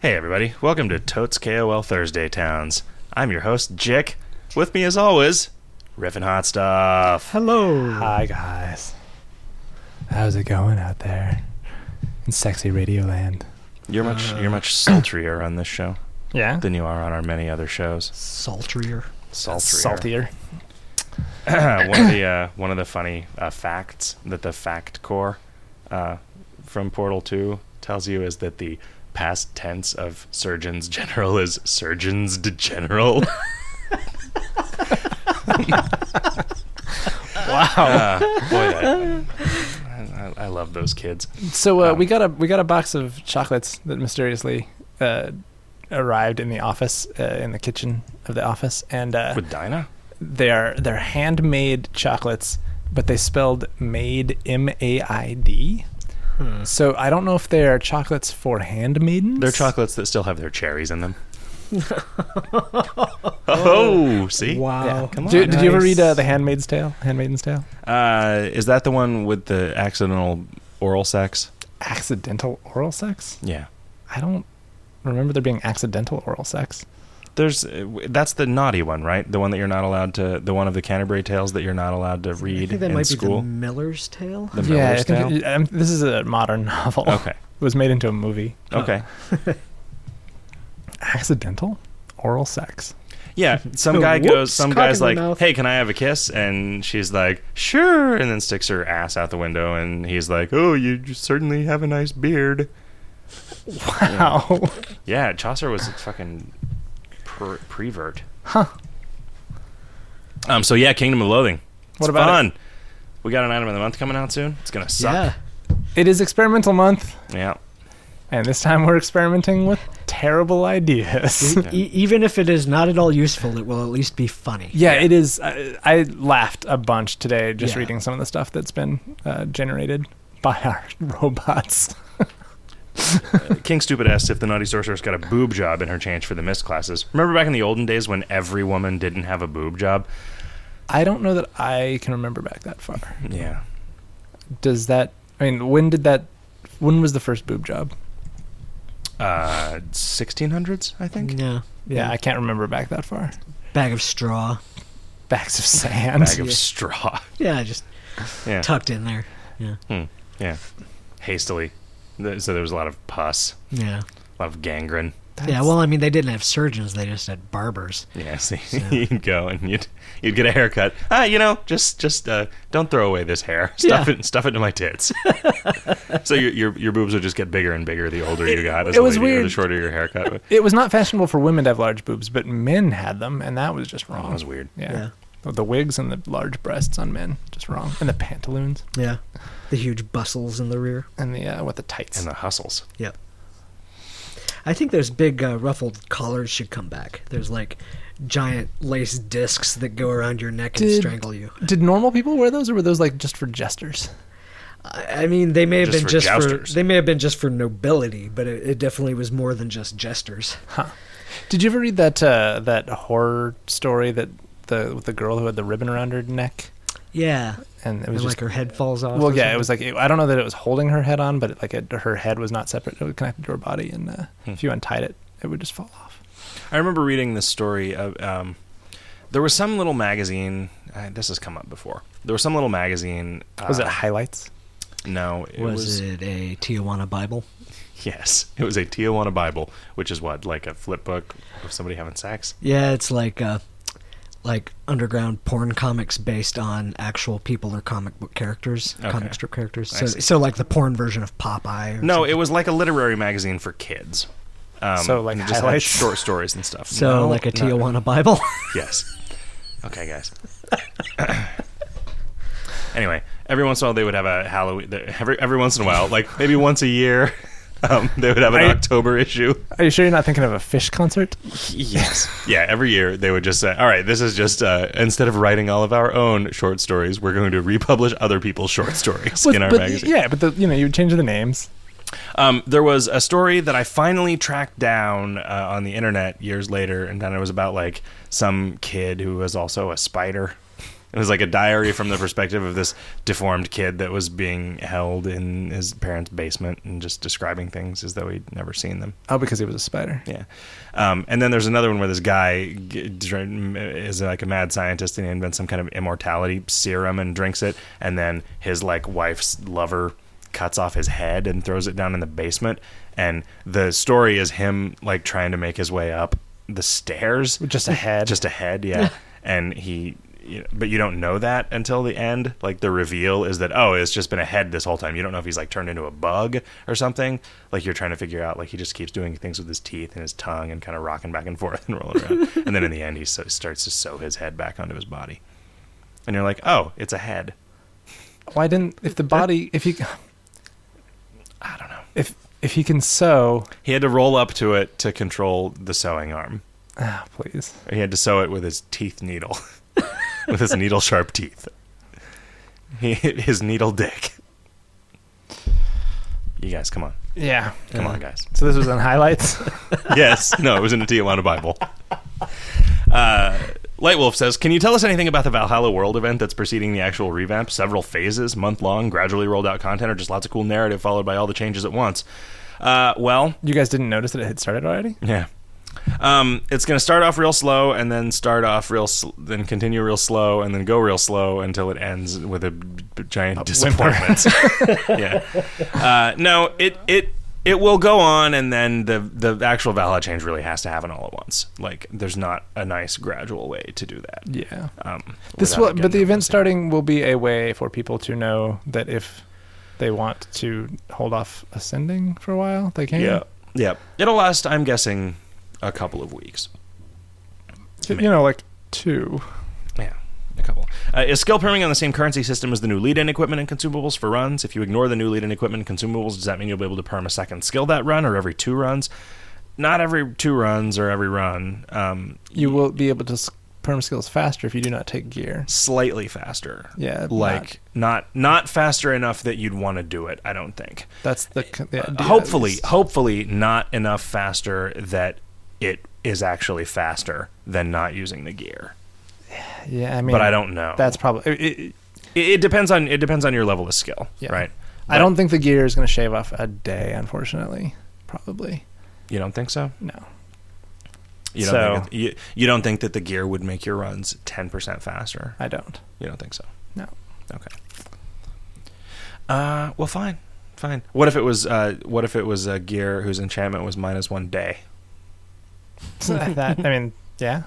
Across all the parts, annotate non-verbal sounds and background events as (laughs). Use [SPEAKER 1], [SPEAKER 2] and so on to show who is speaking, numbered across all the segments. [SPEAKER 1] Hey, everybody. Welcome to Totes KOL Thursday Towns. I'm your host, Jick. With me, as always, Riffin' Hot Stuff.
[SPEAKER 2] Hello.
[SPEAKER 3] Hi guys. How's it going out there in sexy radio land?
[SPEAKER 1] You're much,
[SPEAKER 2] Uh.
[SPEAKER 1] you're much sultrier on this show
[SPEAKER 3] Yeah.
[SPEAKER 1] than you are on our many other shows.
[SPEAKER 2] Sultrier.
[SPEAKER 1] Sultrier.
[SPEAKER 3] Saltier.
[SPEAKER 1] (coughs) one of the uh, one of the funny uh, facts that the fact core uh, from Portal Two tells you is that the past tense of surgeons general is surgeons de general. (laughs) wow, Uh, boy, I, I, I love those kids.
[SPEAKER 3] So uh,
[SPEAKER 1] Um,
[SPEAKER 3] we got a we got a box of chocolates that mysteriously uh, arrived in the office uh, in the kitchen of the office, and uh,
[SPEAKER 1] With Dinah,
[SPEAKER 3] they are they're handmade chocolates, but they spelled made M A I D.
[SPEAKER 2] Hmm.
[SPEAKER 3] So I don't know if they are chocolates for handmaidens.
[SPEAKER 1] Mm. they're chocolates that still have their cherries in them. (laughs) oh, see,
[SPEAKER 2] Wow.
[SPEAKER 3] Yeah.
[SPEAKER 1] come
[SPEAKER 3] Do-
[SPEAKER 1] on.
[SPEAKER 3] Did you ever read uh,
[SPEAKER 2] Nice.
[SPEAKER 3] the Handmaid's Tale? Handmaid's Tale.
[SPEAKER 1] Uh, is that the one with the accidental oral sex?
[SPEAKER 3] Accidental oral sex.
[SPEAKER 1] Yeah.
[SPEAKER 3] I don't remember there being accidental oral sex.
[SPEAKER 1] There's uh, w- that's the naughty one, right? The one that you're not allowed to, the one of the Canterbury Tales that you're not allowed to read
[SPEAKER 2] I think that
[SPEAKER 1] in
[SPEAKER 2] might
[SPEAKER 1] school.
[SPEAKER 2] be the Miller's Tale.
[SPEAKER 1] The Miller's Tale.
[SPEAKER 3] it- um, this is a modern novel.
[SPEAKER 1] (laughs) okay,
[SPEAKER 3] (laughs) It was made into a movie.
[SPEAKER 2] Oh.
[SPEAKER 1] okay,
[SPEAKER 3] Accidental oral sex.
[SPEAKER 2] (laughs)
[SPEAKER 1] yeah. Some guy goes,
[SPEAKER 2] Whoops,
[SPEAKER 1] some
[SPEAKER 2] cock
[SPEAKER 1] guy's
[SPEAKER 2] in the
[SPEAKER 1] like,
[SPEAKER 2] mouth.
[SPEAKER 1] "Hey, can I have a kiss?" And she's like, "Sure," and then sticks her ass out the window, and he's like, "Oh, you j- certainly have a nice beard."
[SPEAKER 3] (laughs) Wow.
[SPEAKER 1] Yeah, Chaucer was a fucking per- prevert.
[SPEAKER 3] Huh.
[SPEAKER 1] Um. So yeah, Kingdom of Loathing. It's
[SPEAKER 3] What about
[SPEAKER 1] fun? We got an item of the month coming out soon. It's gonna suck.
[SPEAKER 2] Yeah.
[SPEAKER 3] It is experimental month,
[SPEAKER 1] yeah.
[SPEAKER 3] and this time we're experimenting with terrible ideas.
[SPEAKER 1] Yeah.
[SPEAKER 2] E- even if it is not at all useful, it will at least be funny.
[SPEAKER 3] (laughs) yeah, it is. I, I laughed a bunch today just
[SPEAKER 2] Yeah.
[SPEAKER 3] reading some of the stuff that's been uh, generated by our (laughs) robots.
[SPEAKER 1] King Stupid asks if the Naughty Sorceress got a boob job in her change for the missed classes. Remember back in the olden days when every woman didn't have a boob job?
[SPEAKER 3] I don't know that I can remember back that far.
[SPEAKER 1] Yeah.
[SPEAKER 3] Does that? I mean, when did that? When was the first boob job?
[SPEAKER 1] Uh, 1600s, I think?
[SPEAKER 3] Mm,
[SPEAKER 2] Yeah.
[SPEAKER 3] Yeah, I can't remember back that far.
[SPEAKER 2] Bag of straw.
[SPEAKER 3] Bags of sand.
[SPEAKER 1] Bag of
[SPEAKER 2] Yeah.
[SPEAKER 3] (laughs)
[SPEAKER 1] straw.
[SPEAKER 2] Yeah, just
[SPEAKER 1] Yeah.
[SPEAKER 2] tucked in there.
[SPEAKER 1] Hastily. Th- So there was a lot of pus,
[SPEAKER 2] Yeah.
[SPEAKER 1] a lot of gangrene.
[SPEAKER 2] yeah.
[SPEAKER 3] That's-
[SPEAKER 2] Well, I mean, they didn't have surgeons; they just had barbers.
[SPEAKER 1] Yeah, (laughs) see, you'd go and you'd you'd get a haircut. Ah, you know, just just uh, don't throw away this hair. (laughs) Stuff
[SPEAKER 2] Yeah.
[SPEAKER 1] it stuff it into my (laughs) tits. so your, your your boobs would just get bigger and bigger the older you got. As
[SPEAKER 3] it
[SPEAKER 1] a
[SPEAKER 3] was
[SPEAKER 1] lady, or The
[SPEAKER 3] weird.
[SPEAKER 1] shorter your (laughs) haircut.
[SPEAKER 3] it was not fashionable for women to have large boobs, but men had them, and that was just
[SPEAKER 1] Oh,
[SPEAKER 3] wrong.
[SPEAKER 1] that was weird.
[SPEAKER 3] yeah. The- The wigs and the large breasts on men, just wrong. And the pantaloons
[SPEAKER 2] Yeah. Yeah. The huge bustles in the rear.
[SPEAKER 3] and the uh, what the tights.
[SPEAKER 1] And the hustles.
[SPEAKER 2] Yep. I think those big uh, ruffled collars should come back. There's like giant lace discs that go around your neck and
[SPEAKER 3] Did-
[SPEAKER 2] strangle you.
[SPEAKER 3] Did normal people wear those, or were those like just for jesters?
[SPEAKER 2] I I mean, they may have
[SPEAKER 1] Just
[SPEAKER 2] been
[SPEAKER 1] for
[SPEAKER 2] just
[SPEAKER 1] jousters.
[SPEAKER 2] for they may have been just for nobility, but it, it definitely was more than just jesters.
[SPEAKER 3] Did you ever read that uh, that horror story that the with the girl who had the ribbon around her neck,
[SPEAKER 2] Yeah,
[SPEAKER 3] and it
[SPEAKER 2] and
[SPEAKER 3] was
[SPEAKER 2] like
[SPEAKER 3] just.
[SPEAKER 2] her head falls off.
[SPEAKER 3] Well,
[SPEAKER 2] or
[SPEAKER 3] yeah,
[SPEAKER 2] something.
[SPEAKER 3] it was like it, I don't know that it was holding her head on, but it, like it, her head was not separate; it was connected to her body, and uh,
[SPEAKER 1] Hmm.
[SPEAKER 3] if you untied it, it would just fall off.
[SPEAKER 1] I remember reading this story of um, there was some little magazine. Uh, this has come up before. There was some little magazine. Uh,
[SPEAKER 3] Was it highlights?
[SPEAKER 1] No, it
[SPEAKER 2] was,
[SPEAKER 1] was,
[SPEAKER 2] it a Tijuana Bible?
[SPEAKER 1] (laughs) Yes, it was a Tijuana Bible, which is what like a flip book of somebody having sex.
[SPEAKER 2] Yeah, it's like uh, like underground porn comics based on actual people or comic book characters,
[SPEAKER 1] Okay.
[SPEAKER 2] comic strip characters.
[SPEAKER 1] I
[SPEAKER 2] So,
[SPEAKER 1] see.
[SPEAKER 2] so like the porn version of Popeye. Or
[SPEAKER 1] No,
[SPEAKER 2] something.
[SPEAKER 1] it was like a literary magazine for kids. Um,
[SPEAKER 3] So, like,
[SPEAKER 1] and it just had
[SPEAKER 3] highlights?
[SPEAKER 1] short stories and stuff.
[SPEAKER 2] so
[SPEAKER 1] No,
[SPEAKER 2] like a
[SPEAKER 1] no.
[SPEAKER 2] Tijuana
[SPEAKER 1] (laughs)
[SPEAKER 2] Bible.
[SPEAKER 1] Yes. Okay, guys. anyway, every once in a while they would have a Halloween. Every every once in a while, like maybe once a year, (laughs) um, they would have an
[SPEAKER 3] I-
[SPEAKER 1] October issue.
[SPEAKER 3] Are you sure you're not thinking of a fish concert?
[SPEAKER 1] Yes. Yeah, every year they would just say, all right, this is just, uh, instead of writing all of our own short stories, we're going to republish other people's short stories in our
[SPEAKER 3] but,
[SPEAKER 1] magazine.
[SPEAKER 3] Yeah, but the, you know, you would change the names.
[SPEAKER 1] Um, there was a story that I finally tracked down uh, on the internet years later, and then it was about like some kid who was also a spider. It was like a diary from the perspective of this deformed kid that was being held in his parents' basement and just describing things as though he'd never seen them.
[SPEAKER 3] Oh, because he was a spider.
[SPEAKER 1] Yeah. Um, and then there's another one where this guy g- dr- is like a mad scientist and he invents some kind of immortality serum and drinks it. And then his like wife's lover cuts off his head and throws it down in the basement. And the story is him like trying to make his way up the stairs.
[SPEAKER 3] With just a head.
[SPEAKER 1] Just a head, yeah. and he. you know, But you don't know that until the end. Like the reveal is that oh, it's just been a head this whole time. You don't know if he's like turned into a bug or something. Like you're trying to figure out. Like he just keeps doing things with his teeth and his tongue and kind of rocking back and forth and rolling around. and then in the end, he so, starts to sew his head back onto his body. And you're like, oh, it's a head.
[SPEAKER 3] Why didn't if the body if he (sighs)
[SPEAKER 1] I don't know.
[SPEAKER 3] if if he can sew?
[SPEAKER 1] He had to roll up to it to control the sewing arm.
[SPEAKER 3] Ah, please.
[SPEAKER 1] He had to sew it with his teeth needle, (laughs) with his needle sharp teeth. He hit his needle dick. You guys, come on,
[SPEAKER 3] Yeah.
[SPEAKER 1] come
[SPEAKER 3] Yeah.
[SPEAKER 1] on, guys.
[SPEAKER 3] So this was
[SPEAKER 1] (laughs)
[SPEAKER 3] on highlights.
[SPEAKER 1] Yes, no, it was in the Tijuana Bible. Uh, Lightwolf says, "Can you tell us anything about the Valhalla World event that's preceding the actual revamp? Several phases, month long, gradually rolled out content, or just lots of cool narrative followed by all the changes at once?" Uh, well,
[SPEAKER 3] you guys didn't notice that it had started already?
[SPEAKER 1] Yeah. Um, it's going to start off real slow and then start off real, sl- then continue real slow and then go real slow until it ends with a b- b- giant disappointment.
[SPEAKER 3] (laughs)
[SPEAKER 1] yeah. Uh, no, it, it, it will go on and then the, the actual Valhalla change really has to happen all at once. Like, there's not a nice gradual way to do that.
[SPEAKER 3] Yeah.
[SPEAKER 1] Um,
[SPEAKER 3] This
[SPEAKER 1] without
[SPEAKER 3] will,
[SPEAKER 1] getting
[SPEAKER 3] but the event
[SPEAKER 1] offensive.
[SPEAKER 3] starting will be a way for people to know that if they want to hold off ascending for a while, they can.
[SPEAKER 1] Yeah. Yeah. It'll last, I'm guessing, a couple of weeks.
[SPEAKER 3] You know, like two.
[SPEAKER 1] Yeah, a couple. Uh, is skill perming on the same currency system as the new lead-in equipment and consumables for runs? If you ignore the new lead-in equipment and consumables, does that mean you'll be able to perm a second skill that run or every two runs? Not every two runs or every run. Um,
[SPEAKER 3] You will be able to s- perm skills faster if you do not take gear.
[SPEAKER 1] slightly faster.
[SPEAKER 3] Yeah,
[SPEAKER 1] Like not not faster enough that you'd want to do it. I don't think.
[SPEAKER 3] That's the, c- the idea, at
[SPEAKER 1] hopefully,
[SPEAKER 3] least.
[SPEAKER 1] hopefully not enough faster that it is actually faster than not using the gear.
[SPEAKER 3] Yeah, I mean,
[SPEAKER 1] But I don't know.
[SPEAKER 3] That's probably. It, it,
[SPEAKER 1] it, it depends on it depends on your level of skill,
[SPEAKER 3] Yeah.
[SPEAKER 1] right?
[SPEAKER 3] I don't think the gear is going to shave off a day. Unfortunately, probably
[SPEAKER 1] You don't think so?
[SPEAKER 3] no.
[SPEAKER 1] You don't,
[SPEAKER 3] So-
[SPEAKER 1] think, that- you, you don't think that the gear would make your runs 10% faster?
[SPEAKER 3] I don't.
[SPEAKER 1] You don't think so?
[SPEAKER 3] No. (laughs)
[SPEAKER 1] Okay. Uh, well, fine. Fine. What if it was uh, what if it was a gear whose enchantment was minus one day?
[SPEAKER 3] that I mean, yeah,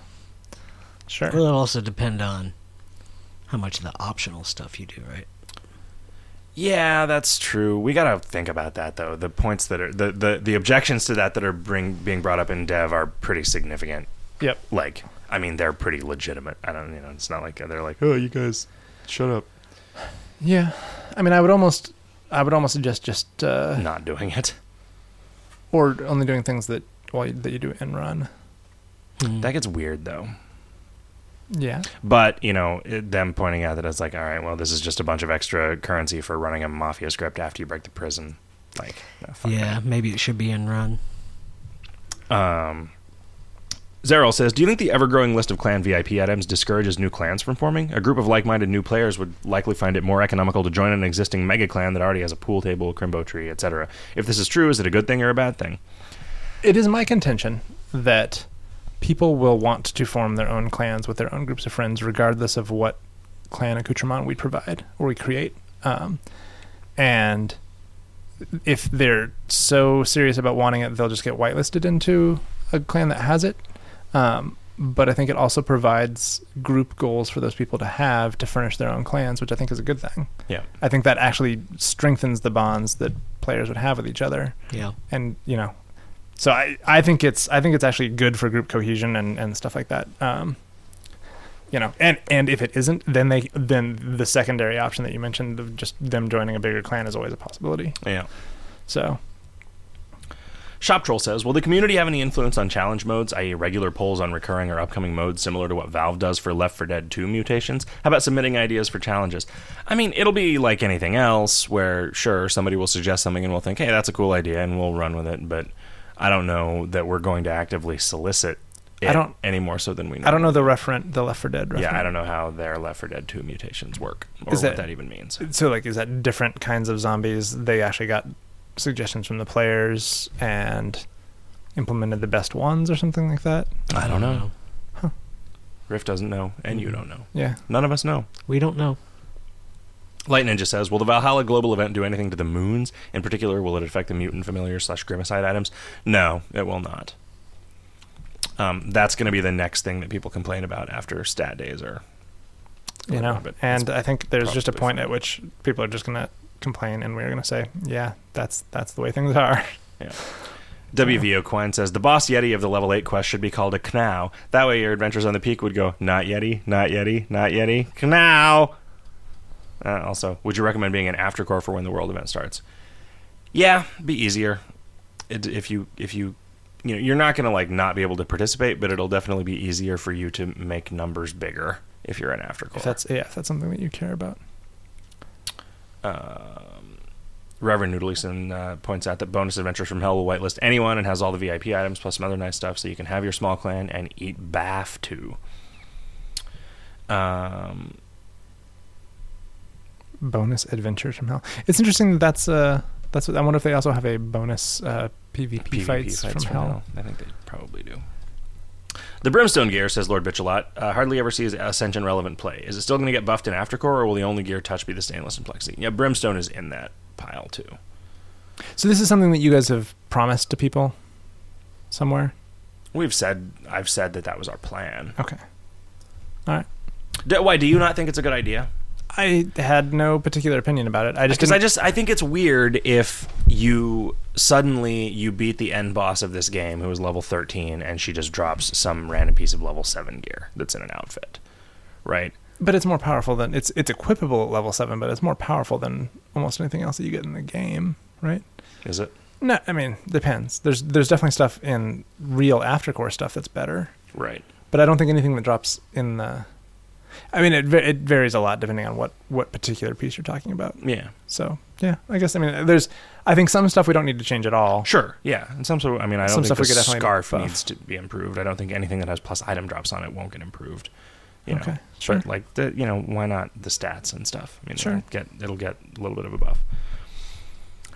[SPEAKER 3] sure.
[SPEAKER 2] Well, it'll also depend on how much of the optional stuff you do, right?
[SPEAKER 1] Yeah, that's true. We gotta think about that though. The points that are the, the, the objections to that that are bring, being brought up in dev are pretty significant.
[SPEAKER 3] Yep.
[SPEAKER 1] Like, I mean, they're pretty legitimate. I don't, you know, it's not like they're like,
[SPEAKER 4] Oh, you guys, shut up.
[SPEAKER 3] Yeah, I mean, I would almost, I would almost suggest just uh,
[SPEAKER 1] not doing it.
[SPEAKER 3] or only doing things that well that you do in run.
[SPEAKER 1] That gets weird though.
[SPEAKER 3] Yeah,
[SPEAKER 1] But you know, it, them pointing out that it's like, all right, well, this is just a bunch of extra currency for running a mafia script after you break the prison. Like, no, fuck
[SPEAKER 2] yeah, maybe it should be in run.
[SPEAKER 1] that. Um, Zeril says, "Do you think the ever-growing list of clan VIP items discourages new clans from forming? A group of like-minded new players would likely find it more economical to join an existing mega clan that already has a pool table, crimbo tree, etc. If this is true, is it a good thing or a bad thing?
[SPEAKER 3] it is my contention that people will want to form their own clans with their own groups of friends, regardless of what clan accoutrement we provide or we create. Um, and if they're so serious about wanting it, they'll just get whitelisted into a clan that has it. Um, but I think it also provides group goals for those people to have to furnish their own clans, which I think is a good thing.
[SPEAKER 1] Yeah,
[SPEAKER 3] I think that actually strengthens the bonds that players would have with each other
[SPEAKER 2] Yeah.
[SPEAKER 3] and you know so I, I think it's I think it's actually good for group cohesion and, and stuff like that. Um, you know, and, and if it isn't, then they then the secondary option that you mentioned of just them joining a bigger clan is always a possibility.
[SPEAKER 1] yeah."
[SPEAKER 3] So
[SPEAKER 1] Shop Troll says, Will the community have any influence on challenge modes, i.e., regular polls on recurring or upcoming modes, similar to what Valve does for Left 4 Dead 2 mutations? How about submitting ideas for challenges? I mean, it'll be like anything else, where sure, somebody will suggest something and we'll think, hey, that's a cool idea, and we'll run with it, but I don't know that we're going to actively solicit
[SPEAKER 3] I don't-
[SPEAKER 1] any more so than we know.
[SPEAKER 3] I don't know the referent, the Left for Dead. Referent.
[SPEAKER 1] Yeah, I don't know how their Left 4 Dead 2 mutations work or
[SPEAKER 3] Is
[SPEAKER 1] what
[SPEAKER 3] that-
[SPEAKER 1] that even means.
[SPEAKER 3] So like, is that different kinds of zombies? They actually got suggestions from the players and implemented the best ones or something like that.
[SPEAKER 1] I don't know.
[SPEAKER 3] Huh.
[SPEAKER 1] Riff doesn't know, and
[SPEAKER 3] Mm.
[SPEAKER 1] you don't know.
[SPEAKER 3] Yeah.
[SPEAKER 1] None of us know.
[SPEAKER 2] We don't know.
[SPEAKER 1] Light Ninja says, "Will the Valhalla global event do anything to the moons? In particular, will it affect the mutant familiar slash grimacide items? No, it will not. Um, that's going to be the next thing that people complain about after stat days are.
[SPEAKER 3] you know
[SPEAKER 1] but
[SPEAKER 3] and i think there's just a
[SPEAKER 1] probably
[SPEAKER 3] point
[SPEAKER 1] fine.
[SPEAKER 3] at which people are just going to complain and we're going to say yeah that's that's the way things are
[SPEAKER 1] WVO Quine says the boss Yeti of the level eight quest should be called a Knau. That way, your adventures on the peak would go not Yeti, not Yeti, not Yeti, Knau. Uh, also, would you recommend being an aftercore for when the world event starts? Yeah, be easier it, if you if you you know you're not going to like not be able to participate, but it'll definitely be easier for you to make numbers bigger if you're an aftercore.
[SPEAKER 3] if that's yeah if that's something that you care about
[SPEAKER 1] Um, Reverend Noodleson uh, points out that bonus adventures from Hell will whitelist anyone and has all the VIP items plus some other nice stuff, so you can have your small clan and eat baff too. Um,
[SPEAKER 3] bonus adventures from hell it's interesting that that's uh that's what i wonder if they also have a bonus uh pvp,
[SPEAKER 1] PvP
[SPEAKER 3] fights, from, hell,
[SPEAKER 1] I think they probably do. The Brimstone gear says Lord Bitchalot uh, hardly ever sees Ascension relevant play. Is it still going to get buffed in Aftercore, or will the only gear touch be the Stainless and Plexi? Yeah, Brimstone is in that pile too.
[SPEAKER 3] so this is something that you guys have promised to people somewhere
[SPEAKER 1] We've said I've said that that was our plan.
[SPEAKER 3] okay
[SPEAKER 1] D- why do you not think it's a good idea?
[SPEAKER 3] i had no particular opinion about it i just
[SPEAKER 1] because I
[SPEAKER 3] didn't
[SPEAKER 1] just I think it's weird if you suddenly you beat the end boss of this game who is level 13 and she just drops some random piece of level 7 gear that's in an outfit. Right?
[SPEAKER 3] but it's more powerful than it's it's equipable at level 7 but it's more powerful than almost anything else that you get in the game right
[SPEAKER 1] Is it?
[SPEAKER 3] No, I mean depends. There's there's definitely stuff in real aftercore stuff that's better,
[SPEAKER 1] Right.
[SPEAKER 3] but I don't think anything that drops in the. I mean, it va- it varies a lot depending on what what particular piece you're talking about.
[SPEAKER 1] Yeah.
[SPEAKER 3] So yeah, I guess I mean there's I think some stuff we don't need to change at all.
[SPEAKER 1] Sure. Yeah. And some sort of, I mean I don't
[SPEAKER 3] Some
[SPEAKER 1] think
[SPEAKER 3] stuff
[SPEAKER 1] the
[SPEAKER 3] we could definitely
[SPEAKER 1] scarf
[SPEAKER 3] buff.
[SPEAKER 1] needs to be improved. I don't think anything that has plus item drops on it won't get improved. You know.
[SPEAKER 3] Okay,
[SPEAKER 1] Sure.
[SPEAKER 3] sure.
[SPEAKER 1] like the you know why not the stats and stuff? I mean,
[SPEAKER 3] Sure.
[SPEAKER 1] it'll get it'll get a little bit of a buff.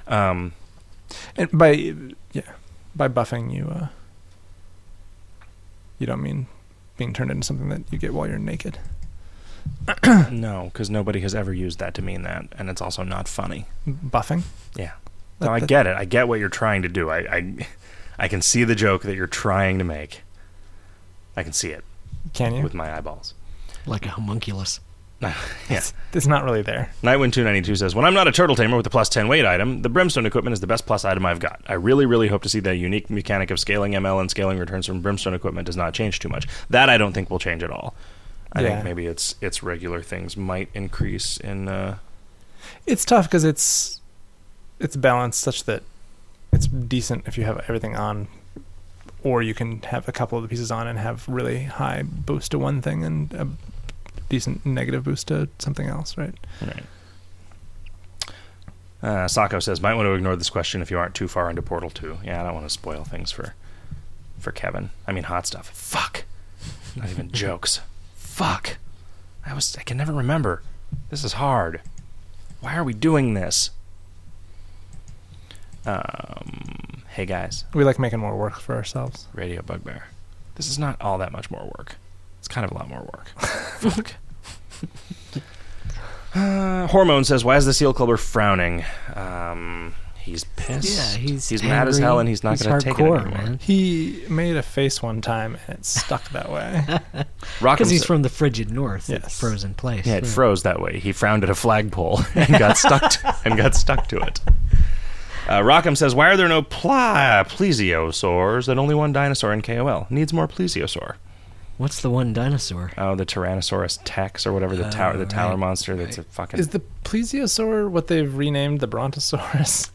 [SPEAKER 1] Um,
[SPEAKER 3] And by yeah, by buffing you uh, you don't mean being turned into something that you get while you're naked.
[SPEAKER 1] no, because nobody has ever used that to mean that, and it's also not funny.
[SPEAKER 3] Buffing.
[SPEAKER 1] Yeah.
[SPEAKER 3] That-
[SPEAKER 1] No, I
[SPEAKER 3] that-
[SPEAKER 1] get it. I get what you're trying to do. I, I, I can see the joke that you're trying to make. I can see it
[SPEAKER 3] Can you?
[SPEAKER 1] with my eyeballs.
[SPEAKER 2] Like a homunculus.
[SPEAKER 1] (laughs) Yeah.
[SPEAKER 3] It's not really there.
[SPEAKER 1] Nightwind two ninety two says, "When I'm not a turtle tamer with the plus ten weight item, the brimstone equipment is the best plus item I've got. I really, really hope to see that unique mechanic of scaling ML and scaling returns from brimstone equipment does not change too much. That I don't think will change at all. I
[SPEAKER 3] Yeah.
[SPEAKER 1] think maybe its its regular things might increase in. Uh,
[SPEAKER 3] it's tough because it's it's balanced such that it's decent if you have everything on or you can have a couple of the pieces on and have really high boost to one thing and a decent negative boost to something else right
[SPEAKER 1] Right. Uh, Sako says, might want to ignore this question if you aren't too far into Portal 2. Yeah, I don't want to spoil things for for Kevin. I mean, hot stuff. Fuck. Not even jokes. Fuck. I was. I can never remember. This is hard. Why are we doing this? Um. Hey guys,
[SPEAKER 3] we like making more work for ourselves
[SPEAKER 1] Radio Bugbear. This is not all that much more work. It's kind of a lot more
[SPEAKER 2] (laughs)
[SPEAKER 1] work. Fuck. Uh, Hormone says, "Why is the seal clubber frowning? Um, he's pissed.
[SPEAKER 2] Yeah, he's
[SPEAKER 1] mad as
[SPEAKER 2] angry.
[SPEAKER 1] hell, and he's not
[SPEAKER 2] He's
[SPEAKER 1] going to take it
[SPEAKER 2] hardcore,
[SPEAKER 1] anymore.
[SPEAKER 2] man.
[SPEAKER 3] he made a face one time and it stuck that way
[SPEAKER 2] (laughs)
[SPEAKER 1] Rock'em
[SPEAKER 2] Because he's
[SPEAKER 1] sa-
[SPEAKER 2] from the frigid north, that
[SPEAKER 3] Yes.
[SPEAKER 2] frozen place.
[SPEAKER 1] yeah, it froze that way. He frowned at a flagpole (laughs) and got stuck to, and got stuck to it." Uh, Rockham says, "Why are there no pla- plesiosaurs and only one dinosaur in KOL? Needs more plesiosaur.
[SPEAKER 2] What's the one dinosaur?
[SPEAKER 1] Oh, the Tyrannosaurus Tex or whatever the tower, the
[SPEAKER 2] Oh,
[SPEAKER 1] tower
[SPEAKER 2] right,
[SPEAKER 1] monster. That's a fucking
[SPEAKER 3] is the plesiosaur what they've renamed the brontosaurus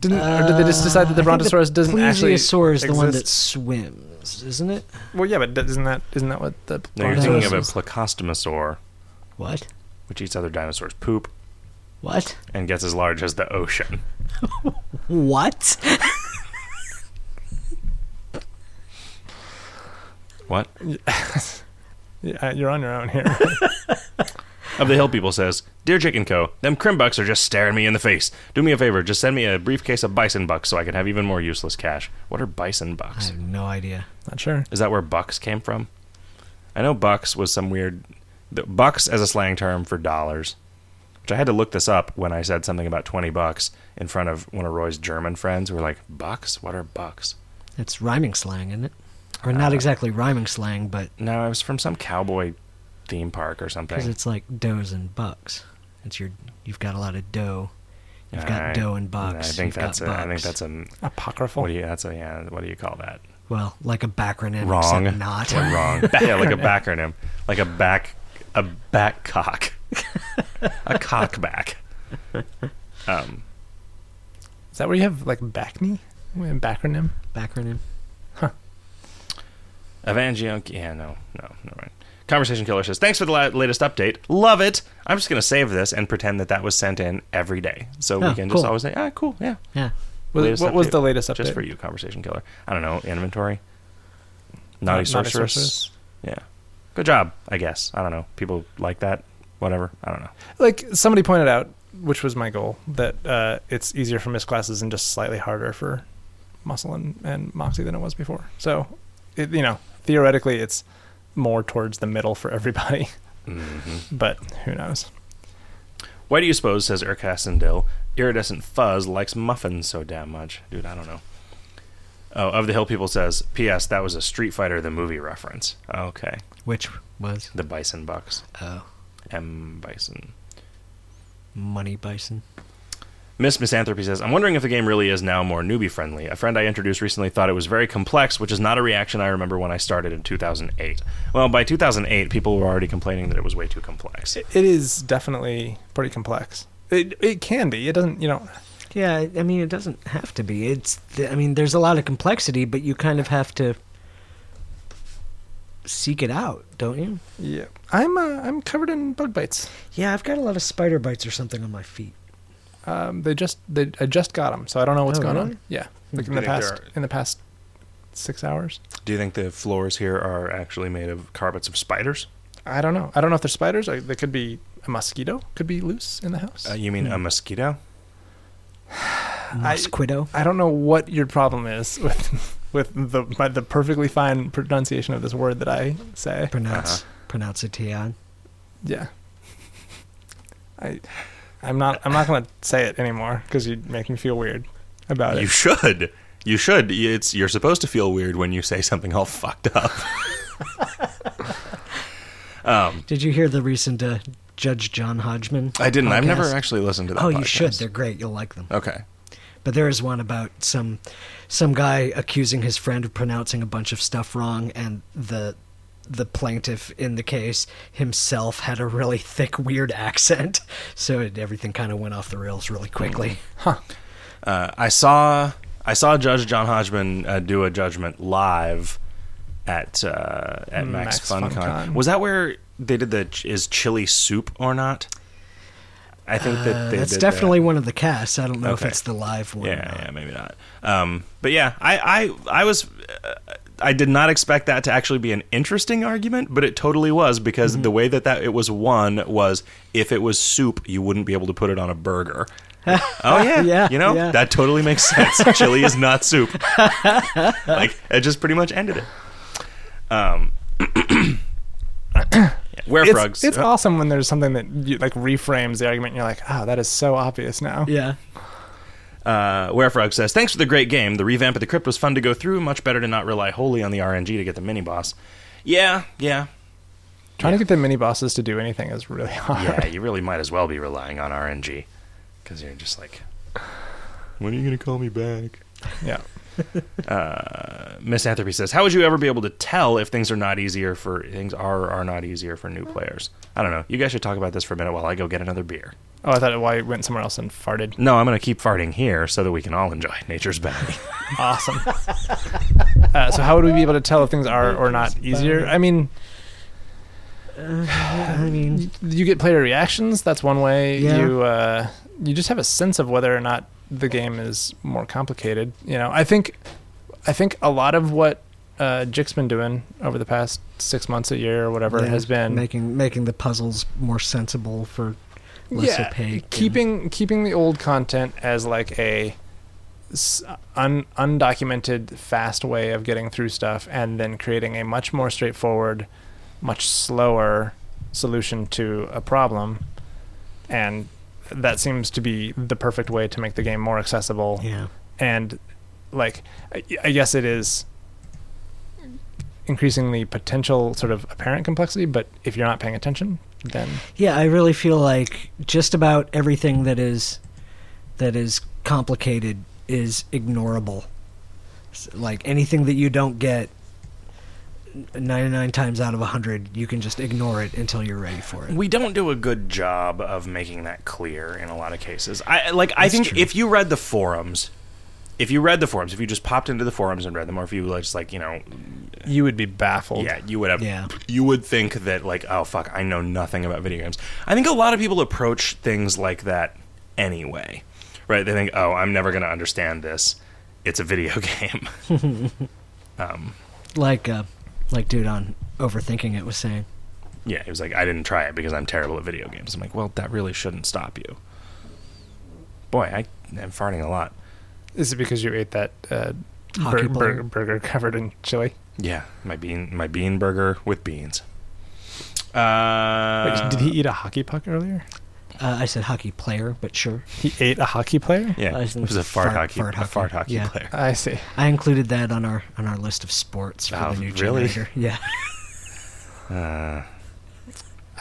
[SPEAKER 3] didn't or did they just decide that the
[SPEAKER 2] Uh, I think
[SPEAKER 3] brontosaurus doesn't actually
[SPEAKER 2] Plesiosaur is the one that
[SPEAKER 3] exist?
[SPEAKER 2] swims, isn't it?
[SPEAKER 3] Well, yeah, but isn't that isn't that what the
[SPEAKER 1] No, you're
[SPEAKER 2] Or
[SPEAKER 1] thinking of a
[SPEAKER 3] dinosaurs-
[SPEAKER 1] placostomosaur,
[SPEAKER 2] What?
[SPEAKER 1] which eats other dinosaurs' poop
[SPEAKER 2] What?
[SPEAKER 1] and gets as large as the ocean.
[SPEAKER 2] What?
[SPEAKER 1] What?
[SPEAKER 3] Yeah, uh, you're on your
[SPEAKER 1] (laughs)
[SPEAKER 3] own here.
[SPEAKER 1] Of the Hill People says, Dear Chicken Co., them crimbucks are just staring me in the face. Do me a favor, just send me a briefcase of bison bucks so I can have even more useless cash. What are bison
[SPEAKER 2] I
[SPEAKER 1] bucks?
[SPEAKER 2] have no idea.
[SPEAKER 3] Not sure.
[SPEAKER 1] Is that where bucks came from? I know bucks was some weird. the- Bucks as a slang term for dollars, which I had to look this up when I said something about 20 bucks in front of one of Roy's German friends who were like, Bucks? What are bucks?
[SPEAKER 2] It's rhyming slang, isn't it? Or
[SPEAKER 1] Uh,
[SPEAKER 2] not exactly rhyming slang, but
[SPEAKER 1] No, it was from some cowboy theme park or
[SPEAKER 2] because
[SPEAKER 1] something.
[SPEAKER 2] it's like doughs and bucks. It's your you've got a lot of dough. You've got
[SPEAKER 1] Alright.
[SPEAKER 2] dough and
[SPEAKER 1] I
[SPEAKER 2] bucks.
[SPEAKER 1] think
[SPEAKER 2] you've got
[SPEAKER 1] that's a, I think
[SPEAKER 2] bucks.
[SPEAKER 1] that's a
[SPEAKER 3] Apocryphal.
[SPEAKER 1] what do you that's a yeah what do you call
[SPEAKER 2] (laughs)
[SPEAKER 1] that
[SPEAKER 2] well, like a backronym.
[SPEAKER 1] wrong
[SPEAKER 2] Except not
[SPEAKER 1] Or wrong yeah like a backronym like a back a back
[SPEAKER 2] (laughs)
[SPEAKER 1] cock a cock back um
[SPEAKER 3] Is that where you have like back knee? Backronym?
[SPEAKER 2] backronym.
[SPEAKER 1] Evangelion yeah no no never mind conversation killer says thanks for the la- latest update love it I'm just gonna save this and pretend that that was sent in every day so we
[SPEAKER 2] Oh,
[SPEAKER 1] can just
[SPEAKER 2] cool.
[SPEAKER 1] always say ah cool yeah
[SPEAKER 2] Yeah.
[SPEAKER 3] Was-
[SPEAKER 1] Latest
[SPEAKER 3] what was
[SPEAKER 1] update.
[SPEAKER 3] the latest update?
[SPEAKER 1] just for you conversation killer I don't know inventory
[SPEAKER 3] Not-
[SPEAKER 1] naughty
[SPEAKER 3] not a
[SPEAKER 1] sorceress yeah good job I guess I don't know people like that whatever I don't know.
[SPEAKER 3] Like somebody pointed out, which was my goal, that uh, it's easier for missed classes and just slightly harder for muscle and, and moxie than it was before. So, it, you know, theoretically, it's more towards the middle for everybody,
[SPEAKER 1] hmm
[SPEAKER 3] (laughs) but who knows?
[SPEAKER 1] Why do you suppose, says Ercasendil, iridescent fuzz likes muffins so damn much? Dude, I don't know. Oh, Of the Hill People says, P.S. That was a Street Fighter the movie reference. Okay.
[SPEAKER 2] Which was
[SPEAKER 1] The Bison Bucks.
[SPEAKER 2] oh
[SPEAKER 1] M. Bison.
[SPEAKER 2] money bison.
[SPEAKER 1] Miss Misanthropy says, I'm wondering if the game really is now more newbie friendly. A friend I introduced recently thought it was very complex, which is not a reaction I remember when I started in 2008. Well, by 2008, people were already complaining that it was way too complex.
[SPEAKER 3] It, it is definitely pretty complex. It, it can be. It doesn't, you know,
[SPEAKER 2] Yeah, I- I mean it doesn't have to be. It's th- I mean there's a lot of complexity, but you kind of have to seek it out, don't you?
[SPEAKER 3] yeah. I'm, uh, I'm covered in bug bites.
[SPEAKER 2] Yeah, I've got a lot of spider bites or something on my feet.
[SPEAKER 3] Um, they just they I just got them, so I don't know what's
[SPEAKER 2] Oh,
[SPEAKER 3] going
[SPEAKER 2] really?
[SPEAKER 3] on. Yeah, like
[SPEAKER 1] Do
[SPEAKER 3] in the
[SPEAKER 1] you think
[SPEAKER 3] past
[SPEAKER 1] they're-
[SPEAKER 3] in the past six hours.
[SPEAKER 1] Do you think the floors here are actually made of carpets of spiders?
[SPEAKER 3] I don't know. I don't know if they're spiders. Like, they could be a mosquito. Could be loose in the house.
[SPEAKER 1] Uh, you mean
[SPEAKER 2] Hmm.
[SPEAKER 1] a mosquito?
[SPEAKER 2] Mosquito.
[SPEAKER 3] I don't know what your problem is (laughs) with with the my, the perfectly fine pronunciation of this word that I say.
[SPEAKER 2] pronounce
[SPEAKER 1] Uh-huh.
[SPEAKER 2] pronounce it Tian.
[SPEAKER 3] Yeah. (laughs) I I'm not I'm not gonna say it anymore because you make me feel weird
[SPEAKER 2] Uh,
[SPEAKER 3] about
[SPEAKER 1] You
[SPEAKER 3] it.
[SPEAKER 1] should. You should. It's you're supposed to feel weird when you say something all (laughs) fucked up. um,
[SPEAKER 2] Did you hear the recent uh, Judge John Hodgman?
[SPEAKER 1] I didn't. I've never
[SPEAKER 2] podcast?
[SPEAKER 1] actually listened to that.
[SPEAKER 2] Oh, you should.
[SPEAKER 1] podcast.
[SPEAKER 2] They're great. You'll like them.
[SPEAKER 1] Okay.
[SPEAKER 2] But there is one about some some guy accusing his friend of pronouncing a bunch of stuff wrong, and the the plaintiff in the case himself had a really thick, weird accent, (laughs) so it, everything kind of went off the rails really quickly.
[SPEAKER 1] Uh, I saw I saw Judge John Hodgman uh, do a judgment live at uh, at
[SPEAKER 2] Mm,
[SPEAKER 1] Max,
[SPEAKER 3] Max
[SPEAKER 1] FunCon.
[SPEAKER 3] FunCon.
[SPEAKER 1] Was that where they did the ch- is chili soup or not? I think
[SPEAKER 2] Uh,
[SPEAKER 1] that Mm. they
[SPEAKER 2] that's
[SPEAKER 1] did that.
[SPEAKER 2] definitely one of the casts. I don't know if
[SPEAKER 1] Okay.
[SPEAKER 2] it's the live one. or
[SPEAKER 1] yeah,
[SPEAKER 2] not.
[SPEAKER 1] yeah, maybe not. Um, but yeah, I, I, I was, uh, I did not expect that to actually be an interesting argument, but it totally was because the way that that it was won was if it was soup, you wouldn't be able to put it on a burger. oh yeah,
[SPEAKER 2] Yeah,
[SPEAKER 1] You know
[SPEAKER 2] yeah.
[SPEAKER 1] that totally makes sense. Chili is not soup. like it just pretty much ended it. Um. (clears throat) yeah, Where
[SPEAKER 3] It's,
[SPEAKER 1] frogs?
[SPEAKER 3] it's
[SPEAKER 1] Oh,
[SPEAKER 3] awesome when there's something that you, like reframes the argument. and You're like, ah, that is so obvious now.
[SPEAKER 2] yeah.
[SPEAKER 1] Uh, Where Frog says, Thanks for the great game. The revamp of the crypt was fun to go through. Much better to not rely wholly on the RNG to get the mini boss. Yeah, yeah.
[SPEAKER 3] Trying to get the mini bosses to do anything is really (laughs) hard.
[SPEAKER 1] Yeah, you really might as well be relying on RNG. Because you're just like, When are you going to call me back?
[SPEAKER 3] yeah.
[SPEAKER 1] Uh, Misanthropy says, How would you ever be able to tell if things are not easier for things are or are not easier for new players? I don't know. You guys should talk about this for a minute while I go get another beer.
[SPEAKER 3] Oh, I thought why it went somewhere else and farted.
[SPEAKER 1] No, I'm going to keep farting here so that we can all enjoy Nature's Bounty.
[SPEAKER 3] Awesome. (laughs) uh, so how would we be able to tell if things are or not easier? I mean,
[SPEAKER 2] I mean,
[SPEAKER 3] you get player reactions. That's one way.
[SPEAKER 2] Yeah.
[SPEAKER 3] You uh, you just have a sense of whether or not the game is more complicated. You know, I think I think a lot of what uh, Jick's been doing over the past six months, a year, or whatever,
[SPEAKER 2] Yeah,
[SPEAKER 3] has been
[SPEAKER 2] making making the puzzles more sensible for less opaque. and-
[SPEAKER 3] Keeping keeping the old content as like a s- un, undocumented, fast way of getting through stuff, and then creating a much more straightforward, much slower solution to a problem, and that seems to be the perfect way to make the game more accessible
[SPEAKER 2] yeah,
[SPEAKER 3] and like I, I guess it is increasingly potential sort of apparent complexity but if you're not paying attention then
[SPEAKER 2] yeah. I really feel like just about everything that is that is complicated is ignorable. S- Like anything that you don't get. 99 times out of 100 you can just ignore it until you're ready for it
[SPEAKER 1] we don't do a good job of making that clear in a lot of cases. I like I
[SPEAKER 2] That's
[SPEAKER 1] think
[SPEAKER 2] true.
[SPEAKER 1] if you read the forums, if you read the forums, if you just popped into the forums and read them, or if you like, just like you know,
[SPEAKER 3] you would be baffled
[SPEAKER 1] yeah, you would have,
[SPEAKER 2] Yeah.
[SPEAKER 1] you would think that like, oh fuck, I know nothing about video games. I think a lot of people approach things like that anyway, right? They think, oh, I'm never gonna understand this. It's a video (laughs) game.
[SPEAKER 2] like uh like dude on overthinking it was saying
[SPEAKER 1] yeah, it was like I didn't try it because I'm terrible at video games. I'm like, well, that really shouldn't stop you. Boy, I am farting a lot.
[SPEAKER 3] is it because you ate that uh,
[SPEAKER 2] Hockey
[SPEAKER 3] bur- bur-
[SPEAKER 2] player.
[SPEAKER 3] burger covered in chili
[SPEAKER 1] Yeah, my bean my bean burger with beans. Uh,
[SPEAKER 3] Wait, did he eat a hockey puck earlier
[SPEAKER 2] uh, i said hockey player but sure
[SPEAKER 3] he ate a hockey player
[SPEAKER 1] Yeah,
[SPEAKER 2] I
[SPEAKER 1] it
[SPEAKER 2] was
[SPEAKER 1] was a fart,
[SPEAKER 2] fart-
[SPEAKER 1] hockey,
[SPEAKER 2] fart
[SPEAKER 1] a fart hockey
[SPEAKER 2] hockey. Yeah.
[SPEAKER 3] (laughs)
[SPEAKER 1] player.
[SPEAKER 3] i see
[SPEAKER 2] I included that on our on our list of sports for
[SPEAKER 1] Oh,
[SPEAKER 2] the new
[SPEAKER 1] really?
[SPEAKER 2] generator. (laughs) Yeah,
[SPEAKER 1] Uh,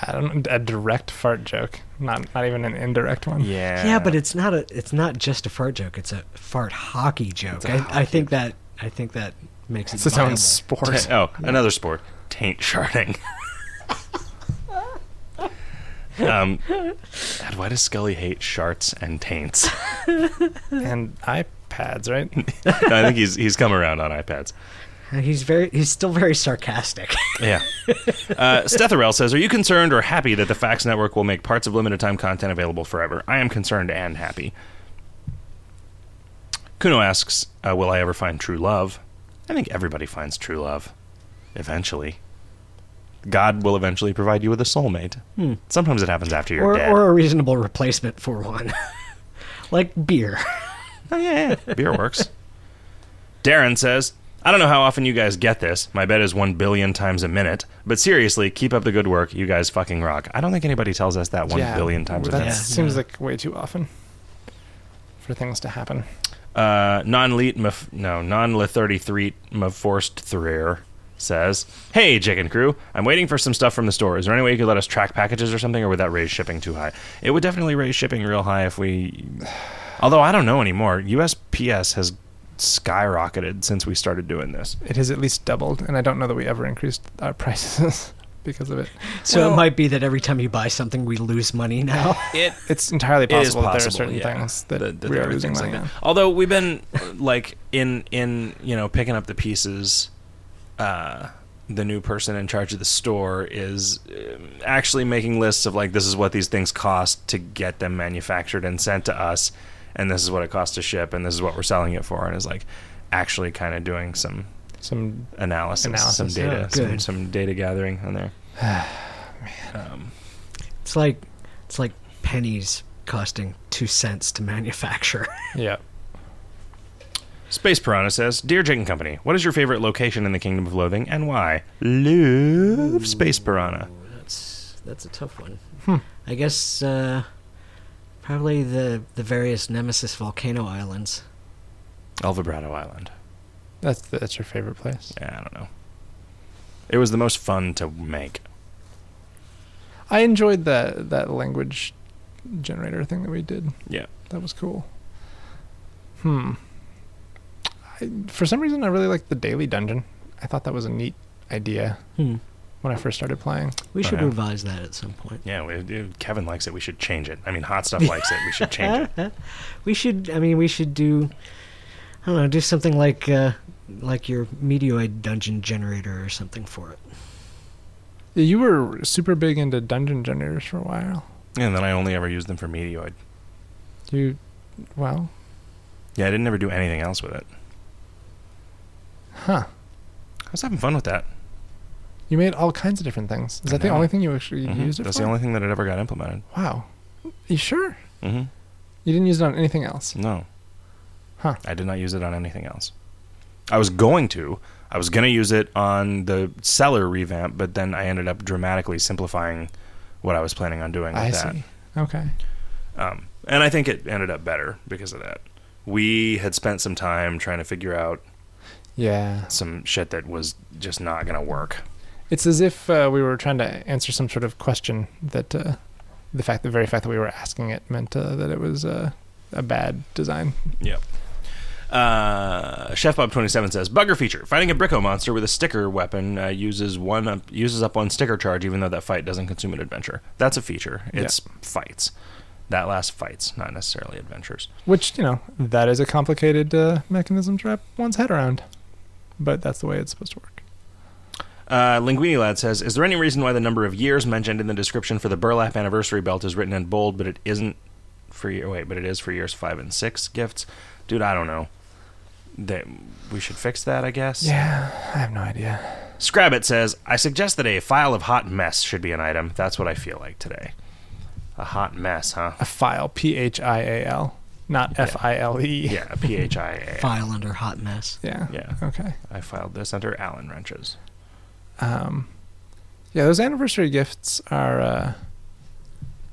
[SPEAKER 3] i don't a direct fart joke not not even an indirect one
[SPEAKER 1] yeah,
[SPEAKER 2] yeah, but it's not a it's not just a fart joke. It's a fart hockey joke.
[SPEAKER 1] It's a
[SPEAKER 2] I I
[SPEAKER 1] hockey-
[SPEAKER 2] think that I think that makes
[SPEAKER 3] it's
[SPEAKER 2] it
[SPEAKER 3] its own
[SPEAKER 2] viable.
[SPEAKER 3] sport
[SPEAKER 1] oh another sport, taint sharding. (laughs) um, God, why does Scully hate sharts and taints? (laughs)
[SPEAKER 3] and ipads right
[SPEAKER 1] No, I think he's he's come around on iPads.
[SPEAKER 2] And Uh, he's very he's still very sarcastic.
[SPEAKER 1] Yeah. (laughs) Uh, Stetherell says, "Are you concerned or happy that the Fax Network will make parts of limited time content available forever? I am concerned and happy." Kuno asks, uh, "Will I ever find true love?" I think everybody finds true love, eventually. God will eventually provide you with a soulmate. Sometimes it happens after you're
[SPEAKER 2] Hmm. (laughs) or
[SPEAKER 1] dead.
[SPEAKER 2] or a reasonable replacement for one, (laughs) like beer. (laughs)
[SPEAKER 1] Oh, yeah, yeah. Beer works. (laughs) Darren says, I don't know how often you guys get this. My bet is one billion times a minute. But seriously, keep up the good work. You guys fucking rock. I don't think anybody tells us that (laughs) one billion
[SPEAKER 3] Yeah,
[SPEAKER 1] times a
[SPEAKER 3] That
[SPEAKER 1] minute.
[SPEAKER 2] Yeah.
[SPEAKER 3] seems like way too often for things to happen.
[SPEAKER 1] Uh, non-leet, mef- no, non-le33 meforced threer says, Hey, Jake and crew, I'm waiting for some stuff from the store. Is there any way you could let us track packages or something, or would that raise shipping too high? It would definitely raise shipping real high if we... Although I don't know anymore. USPS has skyrocketed since we started doing this.
[SPEAKER 3] It has at least doubled, and I don't know that we ever increased our (laughs) prices because of it.
[SPEAKER 2] So
[SPEAKER 1] Well-
[SPEAKER 2] it might be that every time you buy something, we lose money now. (laughs)
[SPEAKER 1] It
[SPEAKER 3] It's entirely
[SPEAKER 1] It is
[SPEAKER 3] possible, that there are
[SPEAKER 1] possible,
[SPEAKER 3] certain
[SPEAKER 1] yeah,
[SPEAKER 3] things that,
[SPEAKER 1] that- that
[SPEAKER 3] we
[SPEAKER 1] there
[SPEAKER 3] are
[SPEAKER 1] are
[SPEAKER 3] losing
[SPEAKER 1] things
[SPEAKER 3] money
[SPEAKER 1] like
[SPEAKER 3] on.
[SPEAKER 1] that. Although we've been uh, like in in you know picking up the pieces, uh, the new person in charge of the store is um, actually making lists of like this is what these things cost to get them manufactured and sent to us, and this is what it costs to ship, and this is what we're selling it for, and is like actually kind of doing some
[SPEAKER 3] Some
[SPEAKER 1] analysis, some
[SPEAKER 3] Analysis,
[SPEAKER 1] data,
[SPEAKER 2] oh,
[SPEAKER 1] some,
[SPEAKER 2] good.
[SPEAKER 1] some data gathering on
[SPEAKER 3] (sighs)
[SPEAKER 1] there. Um,
[SPEAKER 2] It's like it's like pennies costing two cents to manufacture.
[SPEAKER 3] yeah.
[SPEAKER 1] Space Piranha says, Dear Jake and Company, what is your favorite location in the Kingdom of Loathing and why? Love Space Piranha.
[SPEAKER 2] That's that's a tough one. I guess uh, probably the the various Nemesis volcano islands.
[SPEAKER 1] El Vibrato Island.
[SPEAKER 3] That's that's your favorite place.
[SPEAKER 1] Yeah, I don't know. It was the most fun to make.
[SPEAKER 3] I enjoyed that that language generator thing that we did.
[SPEAKER 1] Yeah.
[SPEAKER 3] That was cool. Hmm. I, for some reason, I really liked the daily dungeon. I thought that was a neat idea
[SPEAKER 2] Hmm.
[SPEAKER 3] when I first started playing.
[SPEAKER 2] We should
[SPEAKER 1] Okay.
[SPEAKER 2] revise that at some point.
[SPEAKER 1] Yeah, we, if Kevin likes it. We should change it. I mean, Hot Stuff likes it. We should change
[SPEAKER 3] (laughs)
[SPEAKER 1] it.
[SPEAKER 2] (laughs) we should. I mean, we should do. I don't know. Do something like uh, like your Medioid dungeon generator or something for it.
[SPEAKER 3] You were super big into dungeon generators for a while.
[SPEAKER 1] And then I only ever used them for Medioid.
[SPEAKER 3] You, well,
[SPEAKER 1] Yeah, I didn't ever do anything else with it.
[SPEAKER 3] huh?
[SPEAKER 1] I was having fun with that.
[SPEAKER 3] You made all kinds of different things. Is
[SPEAKER 1] I
[SPEAKER 3] that the
[SPEAKER 1] know.
[SPEAKER 3] only thing you actually
[SPEAKER 1] Mhm.
[SPEAKER 3] used it
[SPEAKER 1] That's
[SPEAKER 3] for?
[SPEAKER 1] the only thing that it ever got implemented.
[SPEAKER 3] wow. You sure?
[SPEAKER 1] hmm
[SPEAKER 3] You didn't use it on anything else?
[SPEAKER 1] No.
[SPEAKER 3] Huh.
[SPEAKER 1] I did not use it on anything else. I was going to. I was going to use it on the seller revamp, but then I ended up dramatically simplifying what I was planning on doing with
[SPEAKER 3] I
[SPEAKER 1] that.
[SPEAKER 3] see. Okay.
[SPEAKER 1] Um, and I think it ended up better because of that. We had spent some time trying to figure out
[SPEAKER 3] Yeah.
[SPEAKER 1] some shit that was just not going to work.
[SPEAKER 3] It's as if uh, we were trying to answer some sort of question that uh, the fact, the very fact that we were asking it meant uh, that it was uh, a bad design.
[SPEAKER 1] Uh, Chef Bob twenty seven says bugger feature. Fighting a Brico monster with a sticker weapon uh, uses one up, uses up one sticker charge, even though that fight doesn't consume an adventure. That's a feature.
[SPEAKER 3] Yeah.
[SPEAKER 1] It's fights. That last fights, not necessarily adventures.
[SPEAKER 3] Which you know that is a complicated uh, mechanism to wrap one's head around, but that's the way it's supposed to work.
[SPEAKER 1] Uh, Linguini Lad says, "Is there any reason why the number of years mentioned in the description for the burlap anniversary belt is written in bold, but it isn't for year? Wait, but it is for years five and six gifts, dude. I don't know. That we should fix that, I guess.
[SPEAKER 3] Yeah, I have no idea.
[SPEAKER 1] Scrabbit says, I suggest that a file of hot mess should be an item. That's what I feel like today. A hot mess, huh?
[SPEAKER 3] A file, P H I A L, not
[SPEAKER 1] Yeah.
[SPEAKER 3] F I L E.
[SPEAKER 1] Yeah, P H I A.
[SPEAKER 2] File under hot mess.
[SPEAKER 3] Yeah.
[SPEAKER 1] Yeah,
[SPEAKER 3] Okay.
[SPEAKER 1] I filed this under Allen wrenches.
[SPEAKER 3] Um, yeah, those anniversary gifts are uh,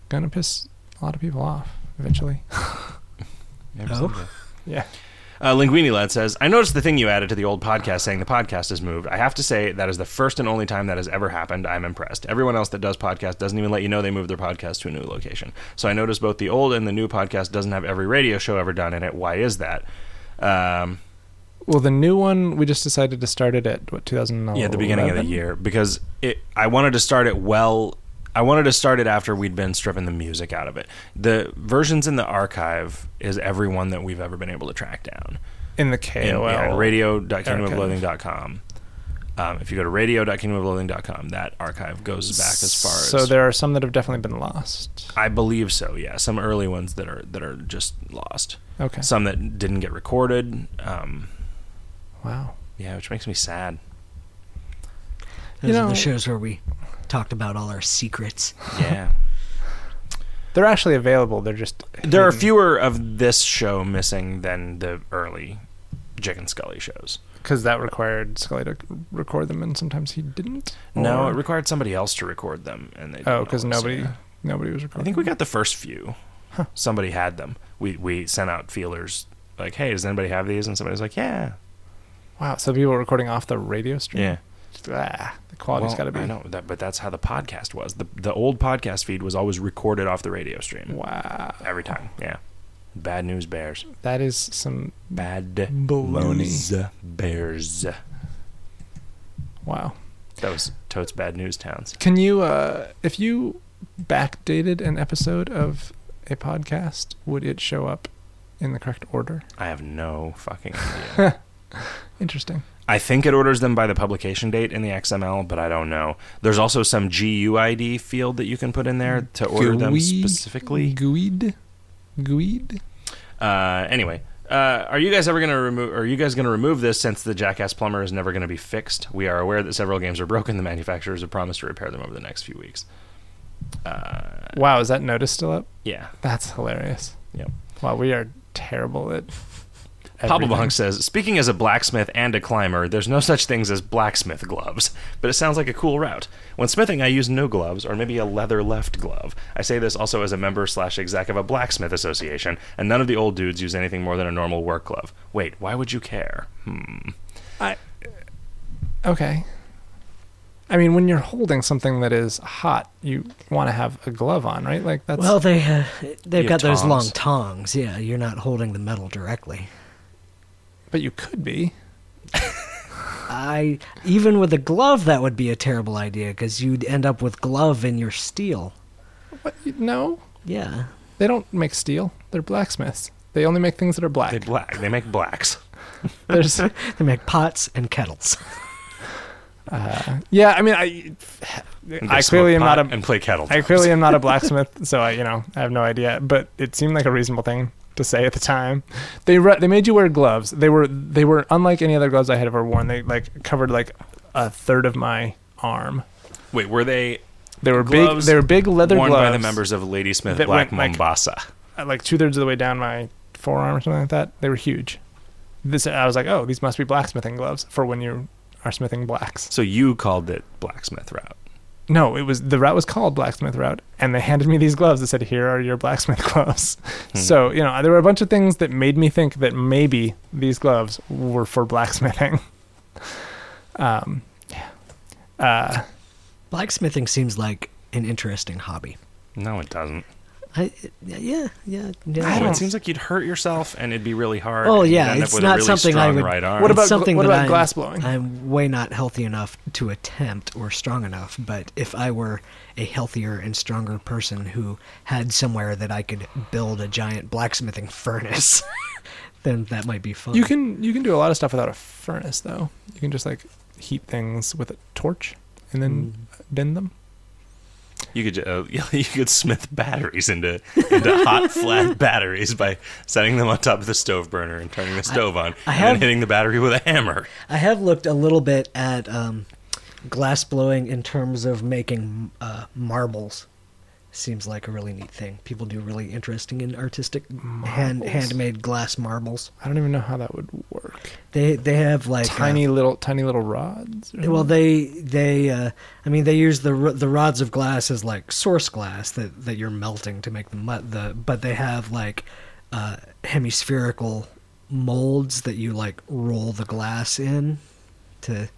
[SPEAKER 3] gonna piss a lot of people off eventually.
[SPEAKER 1] Absolutely.
[SPEAKER 3] Yeah.
[SPEAKER 1] Uh, Linguini Lad says, I noticed the thing you added to the old podcast saying the podcast has moved. I have to say, that is the first and only time that has ever happened. I'm impressed. Everyone else that does podcast doesn't even let you know they moved their podcast to a new location. So I noticed both the old and the new podcast doesn't have every radio show ever done in it. Why is that? Um,
[SPEAKER 3] Well, the new one we just decided to start it at what 2011.
[SPEAKER 1] yeah, at the beginning of the year because it. I wanted to start it well. I wanted to start it after we'd been stripping the music out of it. The versions in the archive is every one that we've ever been able to track down.
[SPEAKER 3] in the
[SPEAKER 1] In-
[SPEAKER 3] KOL
[SPEAKER 1] yeah, radio.kingdomofloathing.com. Um, if you go to radio.kingdomofloathing.com, that archive goes back as far as
[SPEAKER 3] So there are some that have definitely been lost.
[SPEAKER 1] I believe so. Yeah, some early ones that are that are just lost.
[SPEAKER 3] Okay.
[SPEAKER 1] Some that didn't get recorded. Um,
[SPEAKER 3] Wow.
[SPEAKER 1] yeah, which makes me
[SPEAKER 3] (laughs)
[SPEAKER 1] sad.
[SPEAKER 2] Those
[SPEAKER 3] You
[SPEAKER 2] are
[SPEAKER 3] know-
[SPEAKER 2] the shows where we talked about all our secrets.
[SPEAKER 1] Yeah.
[SPEAKER 3] They're actually available. They're just
[SPEAKER 1] There are
[SPEAKER 3] hidden.
[SPEAKER 1] fewer of this show missing than the early Jig and Scully shows.
[SPEAKER 3] because that required Scully to record them, and sometimes he didn't.
[SPEAKER 1] No,
[SPEAKER 3] Or-
[SPEAKER 1] it required somebody else to record them, and they.
[SPEAKER 3] oh,
[SPEAKER 1] didn't
[SPEAKER 3] because
[SPEAKER 1] always,
[SPEAKER 3] nobody
[SPEAKER 1] yeah.
[SPEAKER 3] nobody was
[SPEAKER 1] I
[SPEAKER 3] recording.
[SPEAKER 1] think we got the first few. Somebody had them. We we sent out feelers like, "Hey, does anybody have these?" And somebody's like, "Yeah,
[SPEAKER 3] wow. So people were recording off the radio stream. Ah, the quality's
[SPEAKER 1] Well,
[SPEAKER 3] got to be.
[SPEAKER 1] I know that, but that's how the podcast was. the The old podcast feed was always recorded off the radio stream
[SPEAKER 3] Wow.
[SPEAKER 1] every time. Yeah. Bad news bears.
[SPEAKER 3] That is some
[SPEAKER 1] Bad
[SPEAKER 3] baloney.
[SPEAKER 1] news bears. That
[SPEAKER 3] Wow.
[SPEAKER 1] was totes bad news towns.
[SPEAKER 3] Can you, uh, if you backdated an episode of a podcast, would it show up in the correct order?
[SPEAKER 1] I have no fucking idea.
[SPEAKER 3] Interesting.
[SPEAKER 1] I think it orders them by the publication date in the XML, but I don't know. There's also some GUID field that you can put in there to order them
[SPEAKER 3] Gooey-
[SPEAKER 1] specifically.
[SPEAKER 3] Gooid? Gooid?
[SPEAKER 1] Uh, anyway, uh, are you guys ever going to remove? Are you guys going to remove this since the Jackass Plumber is never going to be fixed? We are aware that several games are broken. The manufacturers have promised to repair them over the next few weeks. Uh,
[SPEAKER 3] Wow, is that notice still up?
[SPEAKER 1] yeah.
[SPEAKER 3] That's hilarious.
[SPEAKER 1] Yep.
[SPEAKER 3] Wow, we are terrible at.
[SPEAKER 1] (laughs) Pablo
[SPEAKER 3] everything.
[SPEAKER 1] Bonk says, speaking as a blacksmith and a climber, there's no such things as blacksmith gloves, but it sounds like a cool route. When smithing, I use no gloves, or maybe a leather left glove. I say this also as a member slash exec of a blacksmith association, and none of the old dudes use anything more than a normal work glove. Wait, why would you care? Hmm.
[SPEAKER 3] Okay. I mean, when you're holding something that is hot, you want to have a glove on, right? Like that's
[SPEAKER 2] well, they uh, they've
[SPEAKER 1] Yeah,
[SPEAKER 2] got those long
[SPEAKER 1] tongs.
[SPEAKER 2] tongs. Yeah, you're not holding the metal directly.
[SPEAKER 3] but you could be.
[SPEAKER 2] I even with a glove, that would be a terrible idea because you'd end up with glove in your steel.
[SPEAKER 3] What? you- No,
[SPEAKER 2] Yeah,
[SPEAKER 3] they don't make steel. They're blacksmiths. They only make things that are
[SPEAKER 1] They
[SPEAKER 3] black.
[SPEAKER 1] black. They make blacks.
[SPEAKER 2] (laughs)
[SPEAKER 3] There's,
[SPEAKER 2] they make pots and kettles.
[SPEAKER 3] uh, yeah. I mean, I,
[SPEAKER 1] (laughs) And
[SPEAKER 3] I
[SPEAKER 1] they smoke
[SPEAKER 3] clearly am
[SPEAKER 1] pot
[SPEAKER 3] not a,
[SPEAKER 1] and play kettle. (laughs)
[SPEAKER 3] I clearly am not a blacksmith, so I, you know, I have no idea. But it seemed like a reasonable thing to say at the time. They re- they made you wear gloves. They were they were unlike any other gloves I had ever worn. They like covered like a third of my arm.
[SPEAKER 1] Wait, were they
[SPEAKER 3] They were
[SPEAKER 1] Gloves
[SPEAKER 3] big. They were big leather
[SPEAKER 1] worn
[SPEAKER 3] gloves
[SPEAKER 1] by the members of Ladysmith
[SPEAKER 3] that
[SPEAKER 1] Black
[SPEAKER 3] went, like-
[SPEAKER 1] Mombasa?
[SPEAKER 3] uh, like two thirds of the way down my forearm or something like that. They were huge. This I was like, oh, these must be blacksmithing gloves for when you are smithing blacks.
[SPEAKER 1] So you called it blacksmith route.
[SPEAKER 3] No, it was the route was called blacksmith route, and they handed me these gloves that said, "Here are your blacksmith (laughs) gloves." So you know, there were a bunch of things that made me think that maybe these gloves were for blacksmithing. um, yeah. Uh,
[SPEAKER 2] Blacksmithing seems like an interesting hobby.
[SPEAKER 1] No, it doesn't.
[SPEAKER 2] I yeah yeah yeah.
[SPEAKER 3] I
[SPEAKER 1] No,
[SPEAKER 3] don't-
[SPEAKER 1] Oh, it seems like you'd hurt yourself and it'd be really hard.
[SPEAKER 2] Oh,
[SPEAKER 1] and you'd
[SPEAKER 2] yeah,
[SPEAKER 1] end up
[SPEAKER 2] it's
[SPEAKER 1] with a
[SPEAKER 2] not
[SPEAKER 1] really
[SPEAKER 2] something I
[SPEAKER 1] strong
[SPEAKER 2] would-
[SPEAKER 1] Right arm.
[SPEAKER 3] what
[SPEAKER 2] It's
[SPEAKER 3] about
[SPEAKER 2] something
[SPEAKER 3] what
[SPEAKER 2] that
[SPEAKER 3] about
[SPEAKER 2] I'm-
[SPEAKER 3] glass blowing?
[SPEAKER 2] I'm way not healthy enough to attempt or strong enough, but if I were a healthier and stronger person who had somewhere that I could build a giant blacksmithing (laughs) furnace, then that might be fun.
[SPEAKER 3] You can you can do a lot of stuff without a furnace though. You can just like heat things with a torch and then
[SPEAKER 2] Hmm.
[SPEAKER 3] bend them.
[SPEAKER 1] (laughs) You could ju- uh, (laughs) you could smith batteries into into hot
[SPEAKER 2] (laughs)
[SPEAKER 1] flat batteries by setting them on top of the stove burner and turning the stove on and then
[SPEAKER 2] have-
[SPEAKER 1] hitting the battery with a hammer.
[SPEAKER 2] I have looked a little bit at um, glass blowing in terms of making uh, marbles. Seems like a really neat thing. People do really interesting and artistic hand
[SPEAKER 3] Marbles.
[SPEAKER 2] handmade glass marbles.
[SPEAKER 3] I don't even know how that would work.
[SPEAKER 2] They they have like uh,
[SPEAKER 3] Tiny little tiny little rods. or
[SPEAKER 2] Well,
[SPEAKER 3] something?
[SPEAKER 2] they they uh, I mean they use the ro- the rods of glass as like source glass that that you're melting to make the mu- the but they have like uh, hemispherical molds that you like roll the glass in to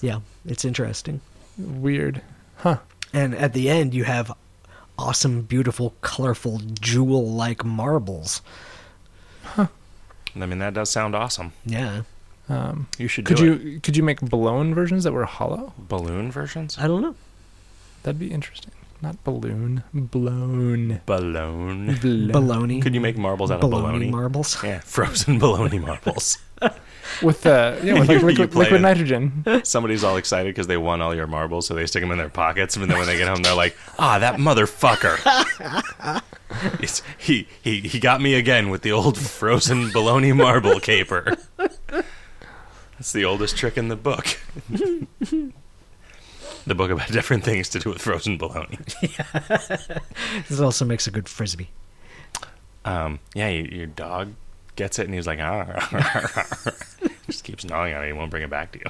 [SPEAKER 2] yeah it's interesting
[SPEAKER 3] weird. Huh.
[SPEAKER 2] and at the end you have awesome beautiful colorful jewel like marbles
[SPEAKER 1] I mean, that does sound awesome.
[SPEAKER 2] yeah
[SPEAKER 3] Um,
[SPEAKER 1] You should
[SPEAKER 3] could
[SPEAKER 1] do
[SPEAKER 3] you
[SPEAKER 1] it.
[SPEAKER 3] could you make blown versions that were hollow?
[SPEAKER 1] balloon versions.
[SPEAKER 2] I don't know
[SPEAKER 3] That'd be interesting. Not balloon, blown.
[SPEAKER 1] Balloon.
[SPEAKER 3] Blown.
[SPEAKER 2] baloney
[SPEAKER 1] Could you make marbles out of
[SPEAKER 2] baloney
[SPEAKER 1] baloney?
[SPEAKER 2] marbles (laughs)
[SPEAKER 1] yeah, (laughs) frozen baloney marbles.
[SPEAKER 3] with uh, yeah, with
[SPEAKER 1] You
[SPEAKER 3] like liquid,
[SPEAKER 1] play
[SPEAKER 3] liquid
[SPEAKER 1] it.
[SPEAKER 3] nitrogen.
[SPEAKER 1] Somebody's all excited because they won all your marbles, so they stick them in their pockets, and then when they get home, they're like, "Ah, that motherfucker! It's- he he he got me again with the old frozen bologna marble caper." That's the oldest trick in the book. the book about different things to do with frozen bologna.
[SPEAKER 2] this also makes a good frisbee
[SPEAKER 1] Um, yeah, you, your dog gets it, and he's like, "Ah." (laughs) Just keeps gnawing on it. He won't bring it back to you.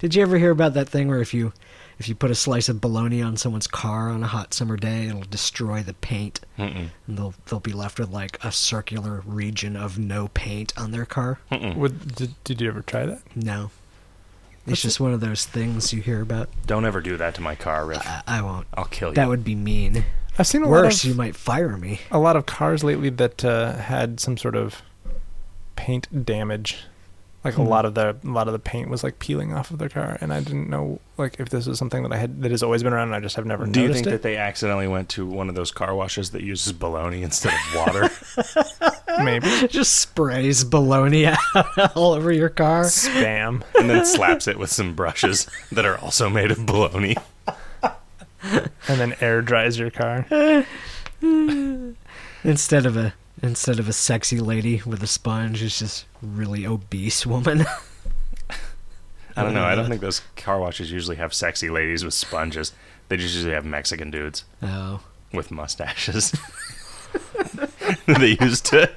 [SPEAKER 2] Did you ever hear about that thing where if you if you put a slice of bologna on someone's car on a hot summer day, it'll destroy the paint,
[SPEAKER 1] Mm-mm.
[SPEAKER 2] and they'll they'll be left with like a circular region of no paint on their car?
[SPEAKER 3] Would, did, did you ever try that?
[SPEAKER 2] No,
[SPEAKER 3] That's
[SPEAKER 2] it's just one of those things you hear about.
[SPEAKER 1] Don't ever do that to my car, Riff.
[SPEAKER 2] I, I won't.
[SPEAKER 1] I'll kill you.
[SPEAKER 2] That would be mean.
[SPEAKER 3] I've seen a lot
[SPEAKER 2] Worse,
[SPEAKER 3] of
[SPEAKER 2] you might fire me. (laughs)
[SPEAKER 3] a lot of cars lately that uh, had some sort of paint damage. Like a
[SPEAKER 2] Hmm.
[SPEAKER 3] lot of the a lot of the paint was like peeling off of their car, and I didn't know like if this was something that I had that has always been around, and I just have never
[SPEAKER 1] Do you
[SPEAKER 3] noticed
[SPEAKER 1] think that
[SPEAKER 3] it.
[SPEAKER 1] they accidentally went to one of those car washes that uses bologna instead of water? (laughs)
[SPEAKER 3] Maybe
[SPEAKER 2] just sprays bologna (laughs) all over your car.
[SPEAKER 3] spam.
[SPEAKER 1] and then slaps it with some brushes that are also made of bologna.
[SPEAKER 3] and then air dries your car.
[SPEAKER 2] Instead of a instead of a sexy lady with a sponge, it's just really obese woman. (laughs)
[SPEAKER 1] I don't know. I don't think those car washes usually have sexy ladies with sponges. They just usually have Mexican dudes
[SPEAKER 2] oh.
[SPEAKER 1] with mustaches. (laughs) they use to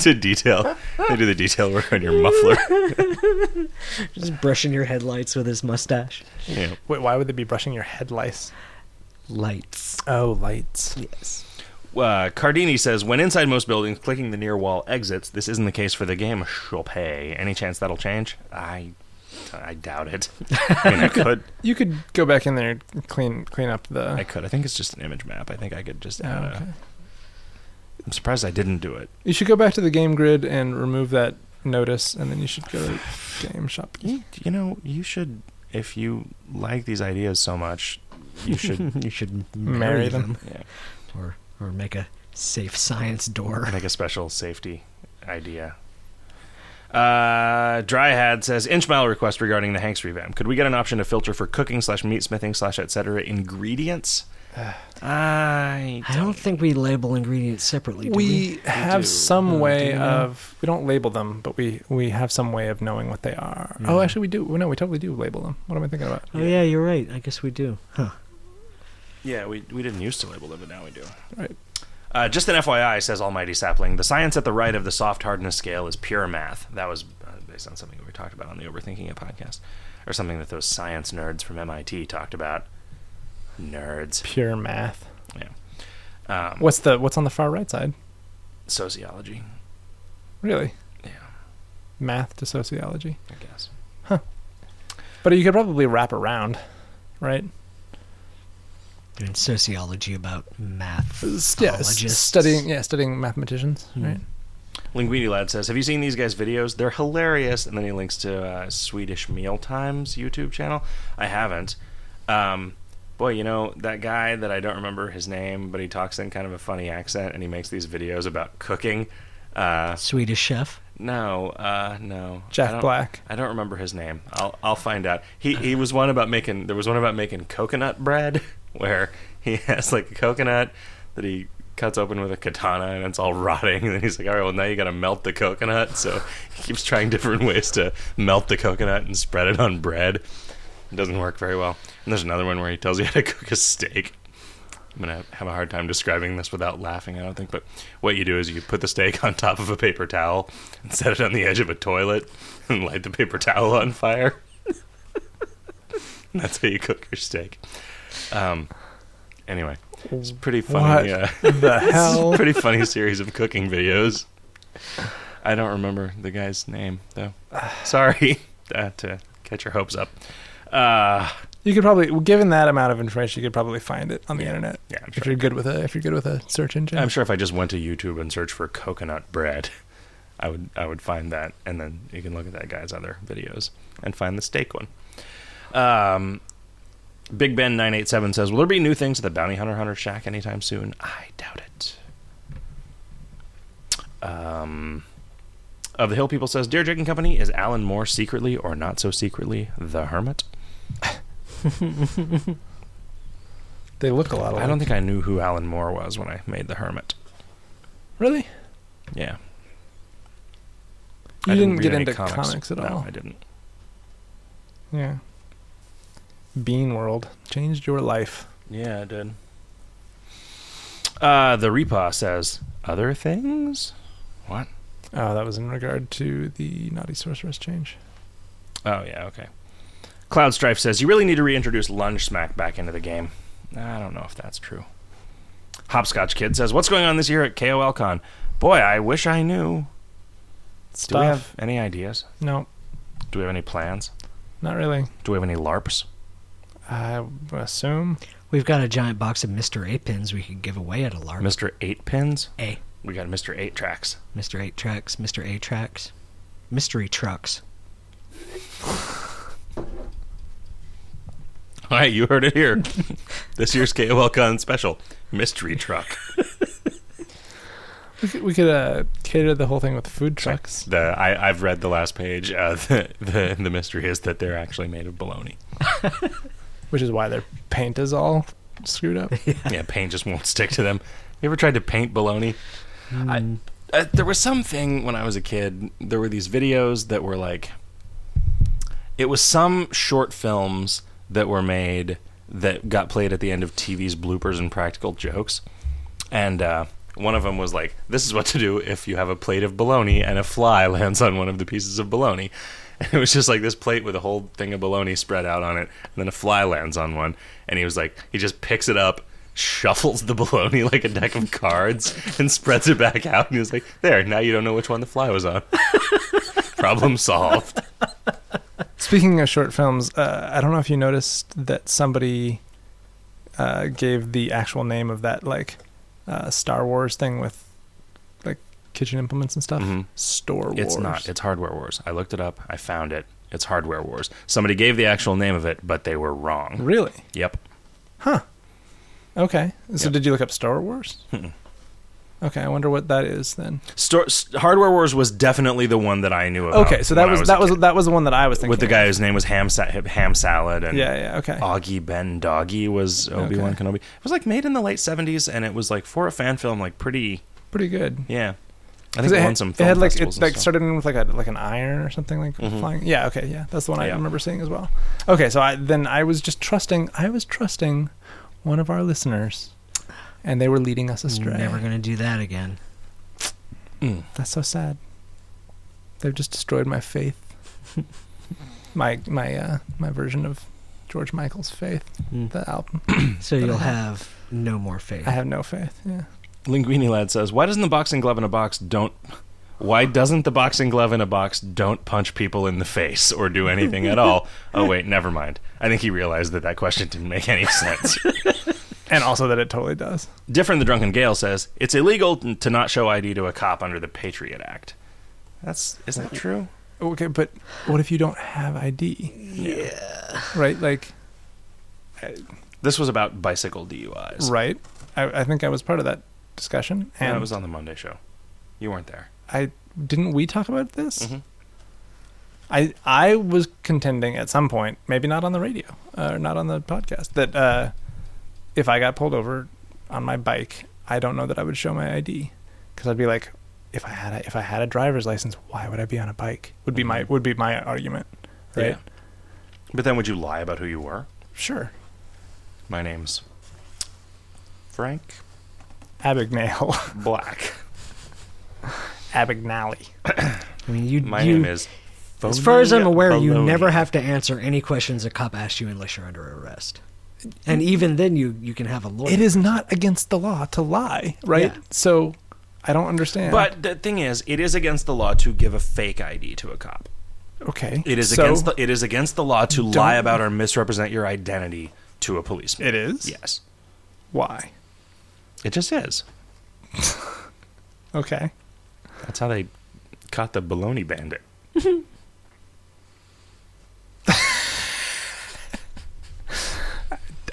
[SPEAKER 1] to detail. They do the detail work on your muffler.
[SPEAKER 2] Just brushing your headlights with his mustache.
[SPEAKER 1] Yeah.
[SPEAKER 3] Wait, why would they be brushing your headlights?
[SPEAKER 2] Lights.
[SPEAKER 3] Oh, lights.
[SPEAKER 2] Yes.
[SPEAKER 1] Uh, Cardini says, when inside most buildings, clicking the near wall exits. This isn't the case for the game. Chope. Any chance that'll change? I, I doubt it. I mean, I could.
[SPEAKER 3] You could go back in there, and clean clean up the.
[SPEAKER 1] I uh, could. I think it's just an image map. I think I could just
[SPEAKER 3] Oh,
[SPEAKER 1] add.
[SPEAKER 3] okay.
[SPEAKER 1] A, I'm surprised I didn't do it.
[SPEAKER 3] You should go back to the game grid and remove that notice, and then you should go to game shop.
[SPEAKER 1] You, you know, you should. If you like these ideas so much, you
[SPEAKER 2] (laughs)
[SPEAKER 1] should
[SPEAKER 2] (laughs) you should marry,
[SPEAKER 3] Marry
[SPEAKER 2] them.
[SPEAKER 3] them.
[SPEAKER 2] (laughs)
[SPEAKER 1] yeah,
[SPEAKER 2] or or make a safe science door.
[SPEAKER 1] make a special safety idea. Uh, Dryhad says inch mile request regarding the Hanks revamp. Could we get an option to filter for cooking slash meat smithing slash etc. ingredients? I
[SPEAKER 2] I don't think we label ingredients separately. Do we,
[SPEAKER 3] we have
[SPEAKER 1] do.
[SPEAKER 3] some
[SPEAKER 2] Uh,
[SPEAKER 3] way
[SPEAKER 2] do we know?
[SPEAKER 3] of we don't label them, but we we have some way of knowing what they are.
[SPEAKER 2] Yeah.
[SPEAKER 3] Oh, actually, we do. No, we totally do label them. What am I thinking about?
[SPEAKER 2] Oh yeah, you're right. I guess we do. Huh.
[SPEAKER 1] Yeah, we, we didn't used to label them, but now we do.
[SPEAKER 3] Right.
[SPEAKER 1] Uh, just an FYI, says Almighty Sapling, the science at the right of the soft hardness scale is pure math. That was uh, based on something that we talked about on the Overthinking It podcast, or something that those science nerds from MIT talked about. Nerds.
[SPEAKER 3] Pure math.
[SPEAKER 1] Um,
[SPEAKER 3] What's the what's on the far right side?
[SPEAKER 1] Sociology,
[SPEAKER 3] Really?
[SPEAKER 1] Yeah.
[SPEAKER 3] Math to sociology,
[SPEAKER 1] I guess.
[SPEAKER 3] but you could probably wrap around, right?
[SPEAKER 2] Doing sociology about math.
[SPEAKER 3] Yeah, Uh, s-
[SPEAKER 2] Ologists.
[SPEAKER 3] studying yeah studying mathematicians,
[SPEAKER 2] Hmm.
[SPEAKER 3] right?
[SPEAKER 1] Linguini Lad says, Have you seen these guys' videos? They're hilarious. And then he links to uh, Swedish Mealtimes YouTube channel. I haven't. Um, boy, you know, that guy that I don't remember his name, but he talks in kind of a funny accent and he makes these videos about cooking. Uh,
[SPEAKER 2] Swedish chef.
[SPEAKER 1] no, uh, no. I
[SPEAKER 3] Jack
[SPEAKER 1] don't-
[SPEAKER 3] Black.
[SPEAKER 1] I don't remember his name. I'll I'll find out. He he was one about making there was one about making coconut bread (laughs) where he has like a coconut that he cuts open with a katana and it's all rotting and then he's like, All right, well now you gotta melt the coconut so he keeps trying different ways to melt the coconut and spread it on bread. It doesn't work very well. And there's another one where he tells you how to cook a steak. I'm gonna have a hard time describing this without laughing. I don't think, but what you do is you put the steak (laughs) on top of a paper towel and set it on the edge of a toilet and light the paper towel on fire. (laughs) And that's how you cook your steak. Um, anyway, it's a pretty funny.
[SPEAKER 3] What
[SPEAKER 1] Uh, (laughs)
[SPEAKER 3] the hell?
[SPEAKER 1] pretty funny series of cooking videos. I don't remember the guy's name though.
[SPEAKER 3] (sighs)
[SPEAKER 1] Sorry (laughs) uh, to catch your hopes up. Uh,
[SPEAKER 3] You could probably, given that amount of information, you could probably find it on the
[SPEAKER 1] Yeah.
[SPEAKER 3] internet
[SPEAKER 1] yeah, I'm
[SPEAKER 3] if
[SPEAKER 1] sure.
[SPEAKER 3] you're good with a if you're good with a search engine.
[SPEAKER 1] I'm sure if I just went to YouTube and searched for coconut bread, (laughs) I would I would find that, and then you can look at that guy's other videos and find the steak one. Um, Big Ben nine eight seven says, "Will there be new things at the Bounty Hunter Hunter Shack anytime soon?" I doubt it. Um, of the Hill People says, "Dear Jake and Company, is Alan Moore secretly or not so secretly the Hermit?"
[SPEAKER 3] They look a lot. Alike.
[SPEAKER 1] I don't think I knew who Alan Moore was when I made the Hermit.
[SPEAKER 3] really.
[SPEAKER 1] Yeah, I
[SPEAKER 3] You didn't,
[SPEAKER 1] read
[SPEAKER 3] get
[SPEAKER 1] any
[SPEAKER 3] into comics. at
[SPEAKER 1] No,
[SPEAKER 3] all.
[SPEAKER 1] I didn't.
[SPEAKER 3] Yeah. Bean World changed your life.
[SPEAKER 1] Yeah, it did. Uh, the Repa says other things.
[SPEAKER 3] Oh, that was in regard to the Naughty Sorceress change.
[SPEAKER 1] Oh yeah, okay. Cloud Strife says you really need to reintroduce Lunge Smack back into the game. I don't know if that's true. Hopscotch Kid says, "What's going on this year at KOLCon? Boy, I wish I knew. Do
[SPEAKER 3] Stuff.
[SPEAKER 1] we have any ideas?
[SPEAKER 3] no,
[SPEAKER 1] Do we have any plans?
[SPEAKER 3] not really.
[SPEAKER 1] Do we have any LARPs?
[SPEAKER 3] I assume.
[SPEAKER 2] We've got a giant box of Mr. A pins we could give away at a LARP.
[SPEAKER 1] Mr. Eight Pins?
[SPEAKER 2] A.
[SPEAKER 1] We got Mr. Eight Tracks.
[SPEAKER 2] Mr. Eight Tracks, Mr. A Tracks, Mystery Trucks.
[SPEAKER 1] All right, you heard it (laughs) here. this year's KOLCon special, Mystery Truck."
[SPEAKER 3] We could, we could uh, cater the whole thing with food trucks.
[SPEAKER 1] The I, I've read the last page. Uh, (laughs) the, the the mystery is that they're actually made of bologna.
[SPEAKER 3] which is why their paint is all screwed
[SPEAKER 1] (laughs)
[SPEAKER 3] up.
[SPEAKER 1] yeah, paint just won't stick to them. You ever tried to paint bologna? I, uh, there was something when I was a kid. There were these videos that were like, it was some short films that were made that got played at the end of TV's bloopers and practical jokes, and. uh one of them was like, "This is what to do if you have a plate of bologna and a fly (laughs) lands on one of the pieces of bologna." (laughs) And it was just like this plate with a whole thing of bologna spread out on it, and then a fly lands on one. And he was like, he just picks it up, shuffles the (laughs) bologna like a deck of cards, (laughs) and spreads it back out. And he was like, "There, now you don't know which one the fly was on." (laughs) Problem solved.
[SPEAKER 3] Speaking of short films, uh, I don't know if you noticed that somebody uh, gave the actual name of that like uh, Star Wars thing with like kitchen implements and stuff.
[SPEAKER 1] Mhm.
[SPEAKER 3] Store Wars.
[SPEAKER 1] It's not. (laughs) It's Hardware Wars. I looked it up. I found it. It's Hardware Wars. Somebody gave the actual name of it, but they were wrong.
[SPEAKER 3] really
[SPEAKER 1] Yep.
[SPEAKER 3] okay. So
[SPEAKER 1] Yep. Mm-hmm.
[SPEAKER 3] did you look up Star Wars?
[SPEAKER 1] Mm-mm.
[SPEAKER 3] Okay, I wonder what that is then.
[SPEAKER 1] Stor- s- Hardware Wars was definitely the one that I knew about.
[SPEAKER 3] Okay, so that
[SPEAKER 1] when I
[SPEAKER 3] was,
[SPEAKER 1] a
[SPEAKER 3] that was
[SPEAKER 1] kid.
[SPEAKER 3] that was the one that I was thinking
[SPEAKER 1] with the
[SPEAKER 3] of.
[SPEAKER 1] guy whose name was Ham Sa- Ham Salad and
[SPEAKER 3] Yeah, yeah, okay.
[SPEAKER 1] Augie Ben Doggy was Obi Wan Kenobi. It was like made in the late seventies, and it was like for a fan film, like pretty.
[SPEAKER 3] Pretty good.
[SPEAKER 1] Yeah, I
[SPEAKER 3] 'Cause
[SPEAKER 1] think it,
[SPEAKER 3] had-
[SPEAKER 1] won some film
[SPEAKER 3] had like
[SPEAKER 1] festivals
[SPEAKER 3] it
[SPEAKER 1] and
[SPEAKER 3] like
[SPEAKER 1] stuff.
[SPEAKER 3] started in with like a like an iron or something like
[SPEAKER 1] Mhm.
[SPEAKER 3] flying. Yeah, okay, yeah, that's the one I
[SPEAKER 1] Yeah.
[SPEAKER 3] remember seeing as well. Okay, so I then I was just trusting I was trusting one of our listeners, and they were leading us astray.
[SPEAKER 2] Never gonna do that again.
[SPEAKER 1] Mm.
[SPEAKER 3] That's so sad. They've just destroyed
[SPEAKER 1] (laughs)
[SPEAKER 3] my faith. my my uh, my version of George Michael's faith.
[SPEAKER 1] Hmm.
[SPEAKER 2] Mm.
[SPEAKER 3] The album.
[SPEAKER 2] So you'll have no more faith.
[SPEAKER 3] I have no faith. Yeah.
[SPEAKER 1] Linguini Lad says, "Why doesn't the boxing glove in a box don't? Why doesn't the boxing glove in a box don't punch people in the face or do anything at
[SPEAKER 3] (laughs)
[SPEAKER 1] all? Oh wait, never mind. I think he realized that that question didn't make any sense.
[SPEAKER 3] And also that it totally does.
[SPEAKER 1] Different. The drunken Gale says it's illegal n- to not show ID to a cop under the Patriot Act. That's is that true?
[SPEAKER 3] Okay, but what if you don't have ID?
[SPEAKER 1] Yeah.
[SPEAKER 3] Right? Like
[SPEAKER 1] This was about bicycle DUIs.
[SPEAKER 3] right? I, I think I was part of that discussion
[SPEAKER 1] And
[SPEAKER 3] and
[SPEAKER 1] it was on the Monday show. You weren't there.
[SPEAKER 3] I didn't we talk about this?
[SPEAKER 1] Mhm.
[SPEAKER 3] I I was contending at some point, maybe not on the radio uh, or not on the podcast, that uh, if I got pulled over on my bike, I don't know that I would show my ID because I'd be like, if I had a, if I had a driver's license, why would I be on a bike? Would be my would be my argument, right?
[SPEAKER 1] Mm-hmm. Yeah. But then would you lie about who you were?
[SPEAKER 3] Sure,
[SPEAKER 1] My name's Frank
[SPEAKER 3] Abagnale, (laughs)
[SPEAKER 1] Black.
[SPEAKER 3] Abagnale.
[SPEAKER 2] I mean, you.
[SPEAKER 1] My
[SPEAKER 2] you-
[SPEAKER 1] name is.
[SPEAKER 2] As far as I'm
[SPEAKER 1] Phony
[SPEAKER 2] aware, you
[SPEAKER 1] Baloney.
[SPEAKER 2] never have to answer any questions a cop asks you unless you're under arrest. And even then, you you can have a lawyer.
[SPEAKER 3] It is not against the law to lie, right?
[SPEAKER 2] Yeah.
[SPEAKER 3] So I don't understand.
[SPEAKER 1] But the thing is, it is against the law to give a fake ID to a cop.
[SPEAKER 3] okay,
[SPEAKER 1] It is
[SPEAKER 3] so-
[SPEAKER 1] against the, it is against the law to lie
[SPEAKER 3] Don't-
[SPEAKER 1] about or misrepresent your identity to a policeman.
[SPEAKER 3] It is?
[SPEAKER 1] Yes.
[SPEAKER 3] why.
[SPEAKER 1] It just is.
[SPEAKER 3] Okay.
[SPEAKER 1] That's how they caught the baloney bandit.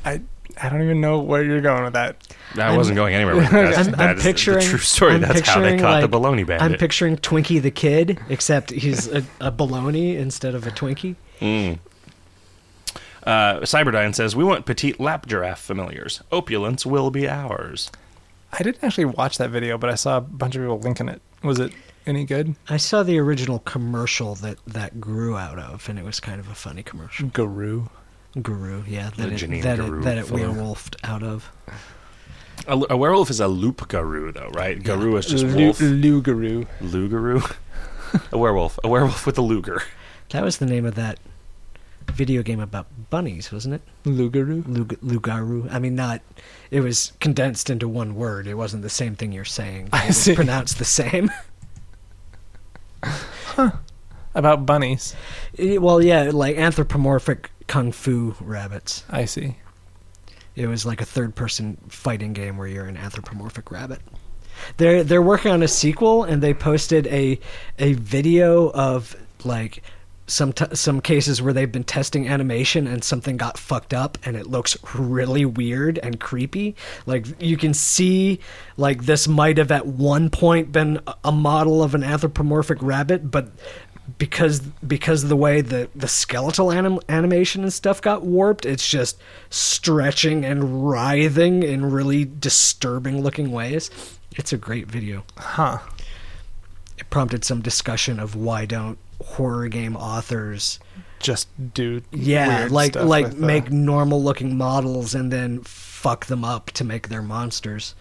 [SPEAKER 3] I I don't even know where you're going with that.
[SPEAKER 1] I
[SPEAKER 2] I'm-
[SPEAKER 1] wasn't going
[SPEAKER 2] (laughs)
[SPEAKER 1] anywhere. With it. That's,
[SPEAKER 2] I'm,
[SPEAKER 1] that
[SPEAKER 2] I'm
[SPEAKER 1] is
[SPEAKER 2] picturing
[SPEAKER 1] the true story.
[SPEAKER 2] I'm
[SPEAKER 1] That's how they
[SPEAKER 2] picturing,
[SPEAKER 1] caught the
[SPEAKER 2] like,
[SPEAKER 1] baloney bandit.
[SPEAKER 2] I'm picturing Twinkie the kid, except he's a, a baloney instead of a Twinkie.
[SPEAKER 1] uh, Cyberdyne says we want petite lap giraffe familiars. Opulence will be ours.
[SPEAKER 3] I didn't actually watch that video, but I saw a bunch of people linking it. Was it any good?
[SPEAKER 2] I saw the original commercial that that grew out of, and it was kind of a funny commercial.
[SPEAKER 3] Guru.
[SPEAKER 2] Guru, yeah, that
[SPEAKER 1] The Janine
[SPEAKER 2] it, that
[SPEAKER 1] Garou
[SPEAKER 2] it, that it
[SPEAKER 1] fellow.
[SPEAKER 2] werewolfed out of.
[SPEAKER 1] A, a werewolf is a loop guru, though, right? Guru is just
[SPEAKER 3] Lu,
[SPEAKER 1] wolf.
[SPEAKER 3] Lu Guru.
[SPEAKER 1] Lou guru. (laughs) a werewolf. A werewolf with a luger.
[SPEAKER 2] That was the name of that video game about bunnies, wasn't it?
[SPEAKER 3] Lu Guru.
[SPEAKER 2] Lug- Lugaru. I mean, not. It was condensed into one word. It wasn't the same thing you're saying. but
[SPEAKER 3] I
[SPEAKER 2] It was
[SPEAKER 3] see.
[SPEAKER 2] pronounced the same.
[SPEAKER 3] About bunnies.
[SPEAKER 2] (laughs) It- well, yeah, like anthropomorphic kung fu rabbits.
[SPEAKER 3] I see.
[SPEAKER 2] It was like a third-person fighting game where you're an anthropomorphic rabbit. They're they're working on a sequel, and they posted a a video of like some t- some cases where they've been testing animation and something got fucked up, and it looks really weird and creepy. Like you can see, like this might have at one point been a- a model of an anthropomorphic rabbit, but because because of the way the the skeletal anim, animation and stuff got warped, it's just stretching and writhing in really disturbing looking ways. It's a great video.
[SPEAKER 3] Huh.
[SPEAKER 2] It prompted some discussion of why don't horror game authors
[SPEAKER 3] Just do.
[SPEAKER 2] yeah
[SPEAKER 3] weird
[SPEAKER 2] like
[SPEAKER 3] stuff
[SPEAKER 2] like
[SPEAKER 3] with, uh,
[SPEAKER 2] make normal looking models and then fuck them up to make their monsters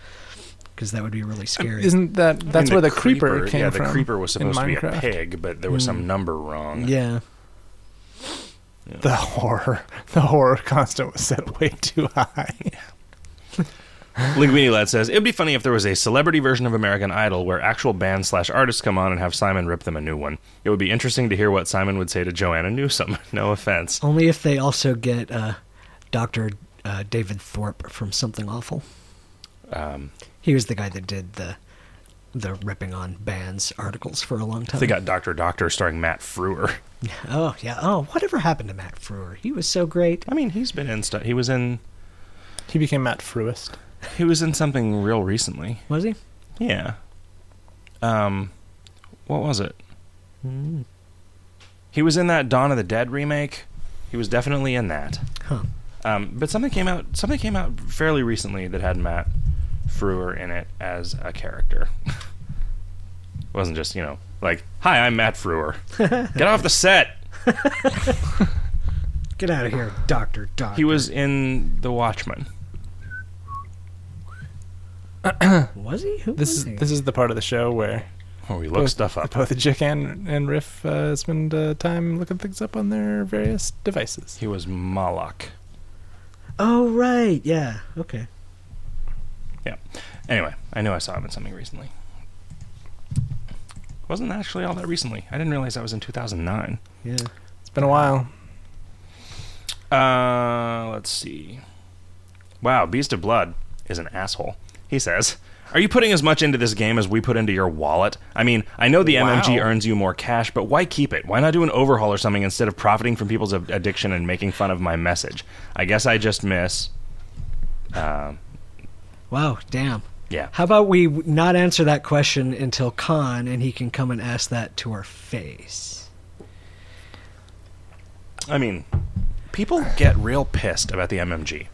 [SPEAKER 2] because that would be really scary
[SPEAKER 3] Isn't that
[SPEAKER 1] And
[SPEAKER 3] that's where the creeper, came
[SPEAKER 1] yeah,
[SPEAKER 3] from?
[SPEAKER 1] the creeper was
[SPEAKER 3] in
[SPEAKER 1] supposed to be a
[SPEAKER 3] Minecraft. Hmm.
[SPEAKER 1] pig, but there was some number wrong.
[SPEAKER 2] yeah
[SPEAKER 3] The horror. (laughs) The horror constant was set way too high.
[SPEAKER 1] Linguini Lad says, It'd be funny if there was a celebrity version of American Idol where actual bands slash artists come on and have Simon rip them a new one. It would be interesting to hear what Simon would say to Joanna Newsom. (laughs) No offense.
[SPEAKER 2] only if they also get uh, dr uh, david thorpe from something awful
[SPEAKER 1] Um,
[SPEAKER 2] He was the guy that did the the ripping on bands articles for a long time.
[SPEAKER 1] they got Dr. Doctor starring Matt Frewer.
[SPEAKER 2] oh yeah. Oh, whatever happened to Matt Frewer? He was so great.
[SPEAKER 1] I mean, he's been in stuff. He was in
[SPEAKER 3] He became Matt Fruist.
[SPEAKER 1] he was in something real recently.
[SPEAKER 2] Was he?
[SPEAKER 1] Yeah. Um, what was it? He was in that Dawn of the Dead remake. He was definitely in that.
[SPEAKER 2] Huh.
[SPEAKER 1] Um, but something came out. Something came out fairly recently that had Matt Frewer in it as a character. (laughs) it wasn't just you know like, "Hi, I'm Matt Frewer. Get off the set."
[SPEAKER 2] Get out of here, Doctor. Doctor.
[SPEAKER 1] He was in The Watchmen.
[SPEAKER 2] Was he? Who
[SPEAKER 3] This
[SPEAKER 2] was
[SPEAKER 3] is
[SPEAKER 2] he?
[SPEAKER 3] this is the part of the show where
[SPEAKER 1] Oh, we look
[SPEAKER 3] Both-
[SPEAKER 1] stuff up.
[SPEAKER 3] both Jick and and Riff uh, spend uh, time looking things up on their various devices.
[SPEAKER 1] He was Moloch.
[SPEAKER 2] Oh right, yeah. Okay.
[SPEAKER 1] Anyway, I knew I saw him in something recently. Wasn't actually all that recently. I didn't realize that was in 2009.
[SPEAKER 2] Yeah.
[SPEAKER 3] It's been a while.
[SPEAKER 1] Uh, let's see. Wow, Beast of Blood is an asshole. He says, "Are you putting as much into this game as we put into your wallet? I mean, I know the MMG
[SPEAKER 3] Wow.
[SPEAKER 1] earns you more cash, but why keep it? Why not do an overhaul or something instead of profiting from people's ad- addiction and making fun of my message? I guess I just miss. Um,
[SPEAKER 2] Wow. Damn.
[SPEAKER 1] yeah,
[SPEAKER 2] How about we w- not answer that question until Khan, and he can come and ask that to our face.
[SPEAKER 1] I mean, people get real pissed about the MMG.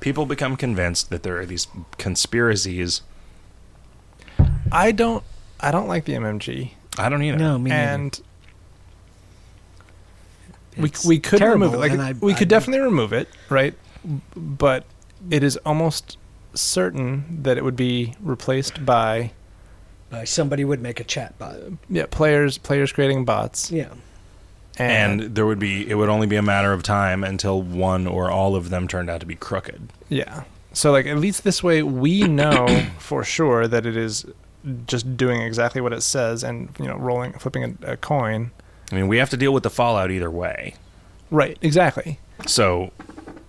[SPEAKER 1] People become convinced that there are these conspiracies.
[SPEAKER 3] I don't I don't like the MMG
[SPEAKER 1] I don't either.
[SPEAKER 2] No, me neither.
[SPEAKER 3] and. We,
[SPEAKER 2] It's
[SPEAKER 3] we could
[SPEAKER 2] terrible,
[SPEAKER 3] remove it. Like
[SPEAKER 2] and I-
[SPEAKER 3] we could
[SPEAKER 2] I-
[SPEAKER 3] definitely remove it, right? But it is almost certain that it would be replaced by
[SPEAKER 2] Uh, somebody would make a chat bot.
[SPEAKER 3] yeah players players creating bots
[SPEAKER 2] Yeah.
[SPEAKER 1] and there would be it would only be a matter of time until one or all of them turned out to be crooked.
[SPEAKER 3] Yeah. So like at least this way we (coughs) know for sure that it is just doing exactly what it says and you know rolling flipping a, a coin.
[SPEAKER 1] I mean, we have to deal with the fallout either way.
[SPEAKER 3] Right, exactly.
[SPEAKER 1] So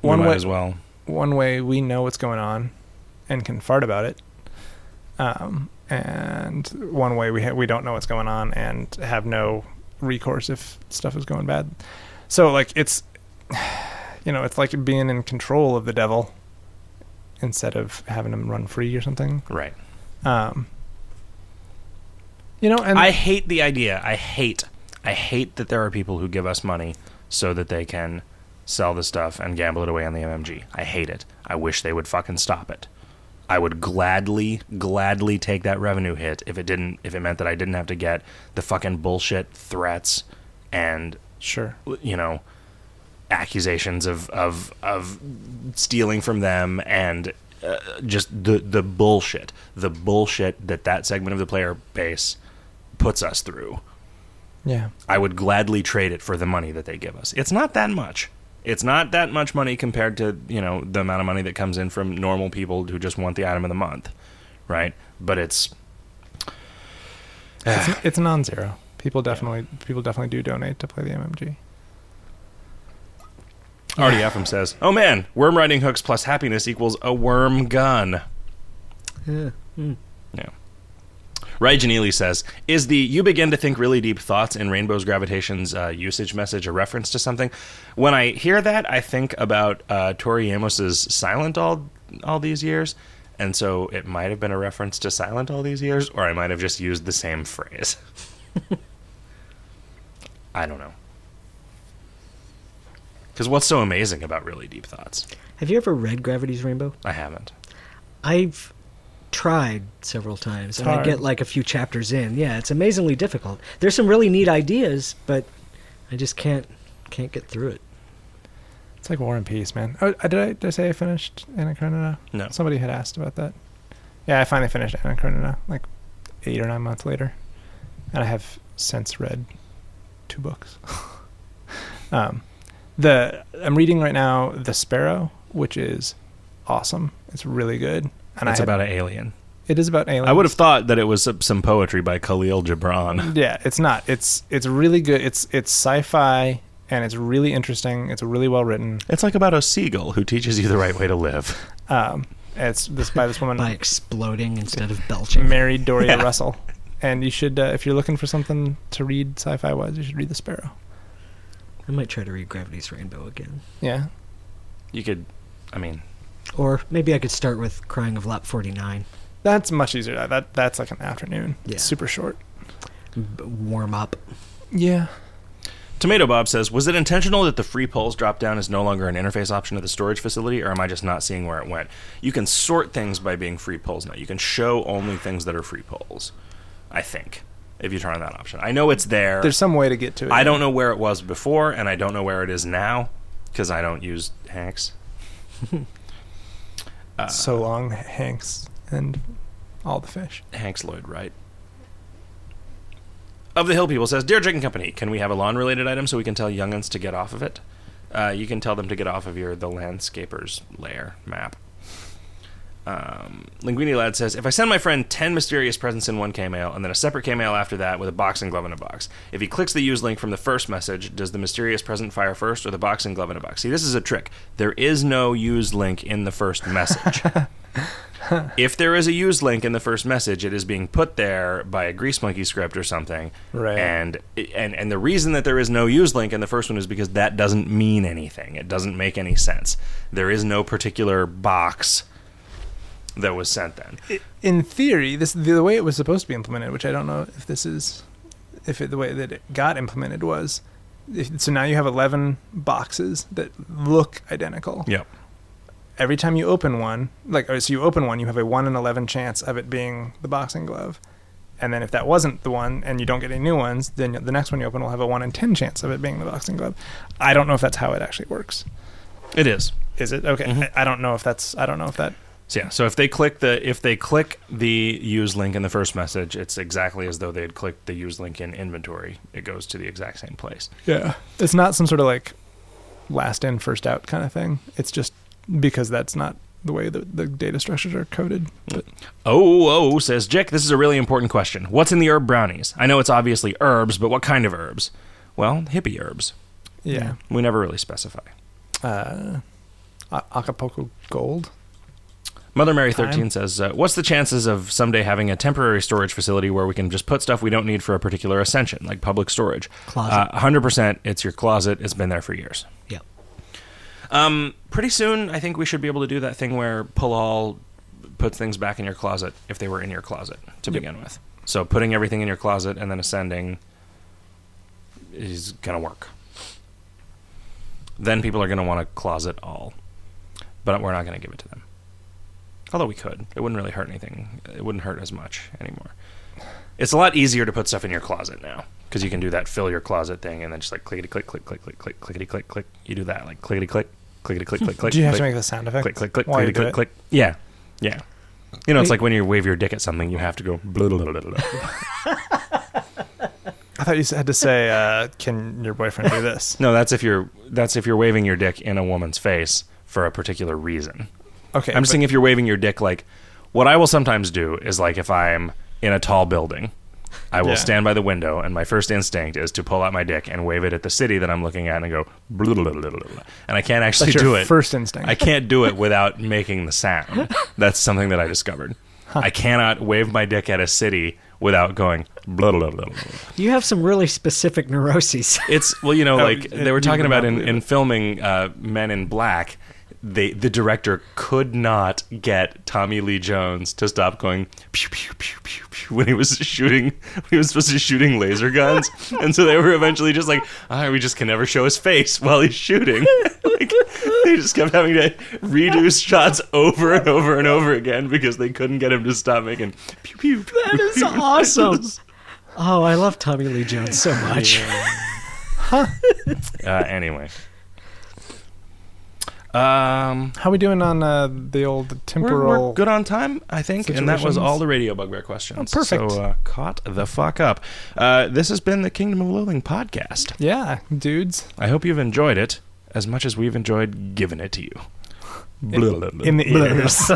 [SPEAKER 3] One
[SPEAKER 1] we might
[SPEAKER 3] way-
[SPEAKER 1] as well.
[SPEAKER 3] One way we know what's going on and can fart about it. Um and one way we ha- we don't know what's going on and have no recourse if stuff is going bad. So like it's (sighs) you know, it's like being in control of the devil instead of having him run free or something.
[SPEAKER 1] Right.
[SPEAKER 3] Um you know, and
[SPEAKER 1] I hate the idea. I hate I hate that there are people who give us money so that they can sell the stuff and gamble it away on the MMG. I hate it. I wish they would fucking stop it. I would gladly, gladly take that revenue hit if it didn't if it meant that I didn't have to get the fucking bullshit threats and
[SPEAKER 3] Sure.
[SPEAKER 1] you know accusations of of of stealing from them and uh, just the the bullshit the bullshit that that segment of the player base puts us through
[SPEAKER 3] Yeah.
[SPEAKER 1] i would gladly trade it for the money that they give us it's not that much it's not that much money compared to you know the amount of money that comes in from normal people who just want the item of the month right but it's Ah.
[SPEAKER 3] It's, it's non-zero. People definitely people definitely do donate to play the MMG.
[SPEAKER 1] RDFM says, "Oh man, worm riding hooks plus happiness equals a worm gun."
[SPEAKER 2] Yeah. Mm.
[SPEAKER 1] Yeah. Ray Janili says, "Is the you begin to think really deep thoughts in Rainbow's Gravitation's uh, usage message a reference to something?" When I hear that, I think about uh, Tori Amos's Silent all all these years, and so it might have been a reference to Silent all these years, or I might have just used the same phrase. (laughs) I don't know. Because what's so amazing about really deep thoughts?
[SPEAKER 2] Have you ever read Gravity's Rainbow?
[SPEAKER 1] I haven't.
[SPEAKER 2] I've tried several times, and I
[SPEAKER 3] hard.
[SPEAKER 2] get like a few chapters in. Yeah, it's amazingly difficult. There's some really neat ideas, but I just can't can't get through it.
[SPEAKER 3] It's like War and Peace, man. Oh, I- did I did I say I finished Anna Karenina?
[SPEAKER 1] No.
[SPEAKER 3] Somebody had asked about that. Yeah, I finally finished Anna Karenina like eight or nine months later, and I have since read two books. (laughs) um, the I'm reading right now The Sparrow, which is awesome. It's really good, and I
[SPEAKER 1] it's
[SPEAKER 3] had-
[SPEAKER 1] about an alien.
[SPEAKER 3] it is about aliens.
[SPEAKER 1] I would have thought that it was some- some poetry by Khalil Gibran.
[SPEAKER 3] Yeah, it's not. It's it's really good. It's it's sci-fi and it's really interesting. It's really well written.
[SPEAKER 1] It's like about a seagull who teaches you the right way to live.
[SPEAKER 3] Um, it's this by this woman
[SPEAKER 2] By exploding instead of belching.
[SPEAKER 3] Mary Doria
[SPEAKER 1] Yeah.
[SPEAKER 3] Russell. And you should, uh, if you're looking for something to read sci-fi wise, you should read The Sparrow.
[SPEAKER 2] I might try to read Gravity's Rainbow again,
[SPEAKER 3] Yeah,
[SPEAKER 1] You could, I mean,
[SPEAKER 2] or maybe I could start with Crying of Lap 49.
[SPEAKER 3] That's much easier. That, that that's like an afternoon.
[SPEAKER 2] Yeah.
[SPEAKER 3] It's super short.
[SPEAKER 2] B- warm up.
[SPEAKER 3] Yeah.
[SPEAKER 1] Tomato Bob says, "Was it intentional that the free polls drop down is no longer an interface option at the storage facility, or am I just not seeing where it went? You can sort things by being free polls now. You can show only things that are free polls. I think if you turn on that option. I know it's there.
[SPEAKER 3] There's some way to get to it.
[SPEAKER 1] I don't know where it was before, and I don't know where it is now because I don't use hacks.
[SPEAKER 3] so long, Hanks and all the fish.
[SPEAKER 1] Hanks Lloyd Wright. Of the Hill People says, Dear Drinking Company, can we have a lawn related item so we can tell young'uns to get off of it? Uh, you can tell them to get off of your The Landscaper's Lair map. Um, Linguini Lad says, If I send my friend 10 mysterious presents in one Kmail and then a separate Kmail after that with a boxing glove in a box, if he clicks the use link from the first message, does the mysterious present fire first or the boxing glove in a box? See, this is a trick. There is no use link in the first message. if there is a use link in the first message, it is being put there by a Grease Monkey script or something.
[SPEAKER 3] Right.
[SPEAKER 1] And and and the reason that there is no use link in the first one is because that doesn't mean anything. It doesn't make any sense. There is no particular box that was sent then.
[SPEAKER 3] In theory, this the way it was supposed to be implemented, which I don't know if this is if it, the way that it got implemented was. If, so now you have 11 boxes that look identical.
[SPEAKER 1] Yep.
[SPEAKER 3] every time you open one, like or so you open one, you have a one in eleven chance of it being the boxing glove. And then if that wasn't the one, and you don't get any new ones, then the next one you open will have a one in ten chance of it being the boxing glove. I don't know if that's how it actually works.
[SPEAKER 1] It is.
[SPEAKER 3] Is it okay? I, I don't know if that's. I don't know if that.
[SPEAKER 1] So yeah, so if they click the if they click the use link in the first message, it's exactly as though they had clicked the use link in inventory. It goes to the exact same place.
[SPEAKER 3] Yeah, it's not some sort of like last in first out kind of thing. It's just because that's not the way that the data structures are coded. But
[SPEAKER 1] Oh, oh, says Jick, this is a really important question. What's in the herb brownies? I know it's obviously herbs, but what kind of herbs? Well, hippie herbs.
[SPEAKER 3] yeah,
[SPEAKER 1] We never really specify.
[SPEAKER 3] Uh, A- Acapulco Gold.
[SPEAKER 1] Mother Mary
[SPEAKER 3] Time.
[SPEAKER 1] 13 says, uh, What's the chances of someday having a temporary storage facility where we can just put stuff we don't need for a particular ascension, like public storage?
[SPEAKER 2] Closet.
[SPEAKER 1] Uh, 100%, it's your closet. It's been there for years.
[SPEAKER 2] Yep.
[SPEAKER 1] Um, pretty soon, I think we should be able to do that thing where pull all puts things back in your closet if they were in your closet to begin with. So putting everything in your closet and then ascending is gonna work. Then people are gonna want to closet all, but we're not gonna give it to them. Although we could, it wouldn't really hurt anything. It wouldn't hurt as much anymore. It's a lot easier to put stuff in your closet now because you can do that fill your closet thing and then just like clickety click click click click click clickety click click. You do that like clickety click clickety click click click.
[SPEAKER 3] do you have
[SPEAKER 1] click
[SPEAKER 3] to make the sound effect?
[SPEAKER 1] click click click
[SPEAKER 3] while you
[SPEAKER 1] click
[SPEAKER 3] do
[SPEAKER 1] click
[SPEAKER 3] it?
[SPEAKER 1] click. Yeah, yeah. You know, it's
[SPEAKER 3] Wait.
[SPEAKER 1] like when you wave your dick at something, you have to go. Blah, blah, blah, blah, blah. (laughs)
[SPEAKER 3] I thought you had to say, uh, "Can your boyfriend do
[SPEAKER 1] (laughs)
[SPEAKER 3] this?"
[SPEAKER 1] No, that's if you're that's if you're waving your dick in a woman's face for a particular reason.
[SPEAKER 3] Okay,
[SPEAKER 1] I'm just
[SPEAKER 3] but-
[SPEAKER 1] saying if you're waving your dick, like what I will sometimes do is like if I'm in a tall building, I will
[SPEAKER 3] Yeah.
[SPEAKER 1] stand by the window, and my first instinct is to pull out my dick and wave it at the city that I'm looking at, and go. Blah, blah, blah, blah, blah. And I can't actually
[SPEAKER 3] That's your
[SPEAKER 1] do it.
[SPEAKER 3] first instinct.
[SPEAKER 1] I can't do
[SPEAKER 3] (laughs)
[SPEAKER 1] it without making the sound. That's something that I discovered. I cannot wave my dick at a city without going blah blah blah. blah, blah.
[SPEAKER 2] You have some really specific neuroses. (laughs)
[SPEAKER 1] It's well, you know,
[SPEAKER 3] No,
[SPEAKER 1] like
[SPEAKER 3] it-
[SPEAKER 1] they were
[SPEAKER 3] you
[SPEAKER 1] talking
[SPEAKER 3] would
[SPEAKER 1] about
[SPEAKER 3] not
[SPEAKER 1] in,
[SPEAKER 3] believe
[SPEAKER 1] in filming uh, Men in Black, they the director could not get Tommy Lee Jones to stop going pew pew pew pew pew when he was shooting (laughs) when he was supposed to be shooting laser
[SPEAKER 2] (laughs)
[SPEAKER 1] guns, and so they were eventually just like, ah, we just can never show his face while he's shooting. (laughs) like, they just kept having to redo shots over and over and over again because they couldn't get him to stop making pew pew. pew,
[SPEAKER 2] That is
[SPEAKER 1] pew.
[SPEAKER 2] awesome.
[SPEAKER 1] (laughs)
[SPEAKER 2] Oh, I love Tommy Lee Jones so much.
[SPEAKER 1] Uh, anyway. Um,
[SPEAKER 3] How we doing on uh, the old
[SPEAKER 1] we're,
[SPEAKER 3] temporal?
[SPEAKER 1] we're good on time, I think, and that was
[SPEAKER 3] Situations.
[SPEAKER 1] all the radio bugbear questions.
[SPEAKER 3] Oh, perfect.
[SPEAKER 1] So uh, caught the fuck up. Uh, this has been the Kingdom of Loathing podcast.
[SPEAKER 3] Yeah, dudes.
[SPEAKER 1] I hope you've enjoyed it as much as we've (laughs) enjoyed giving it to you.
[SPEAKER 3] In the ears.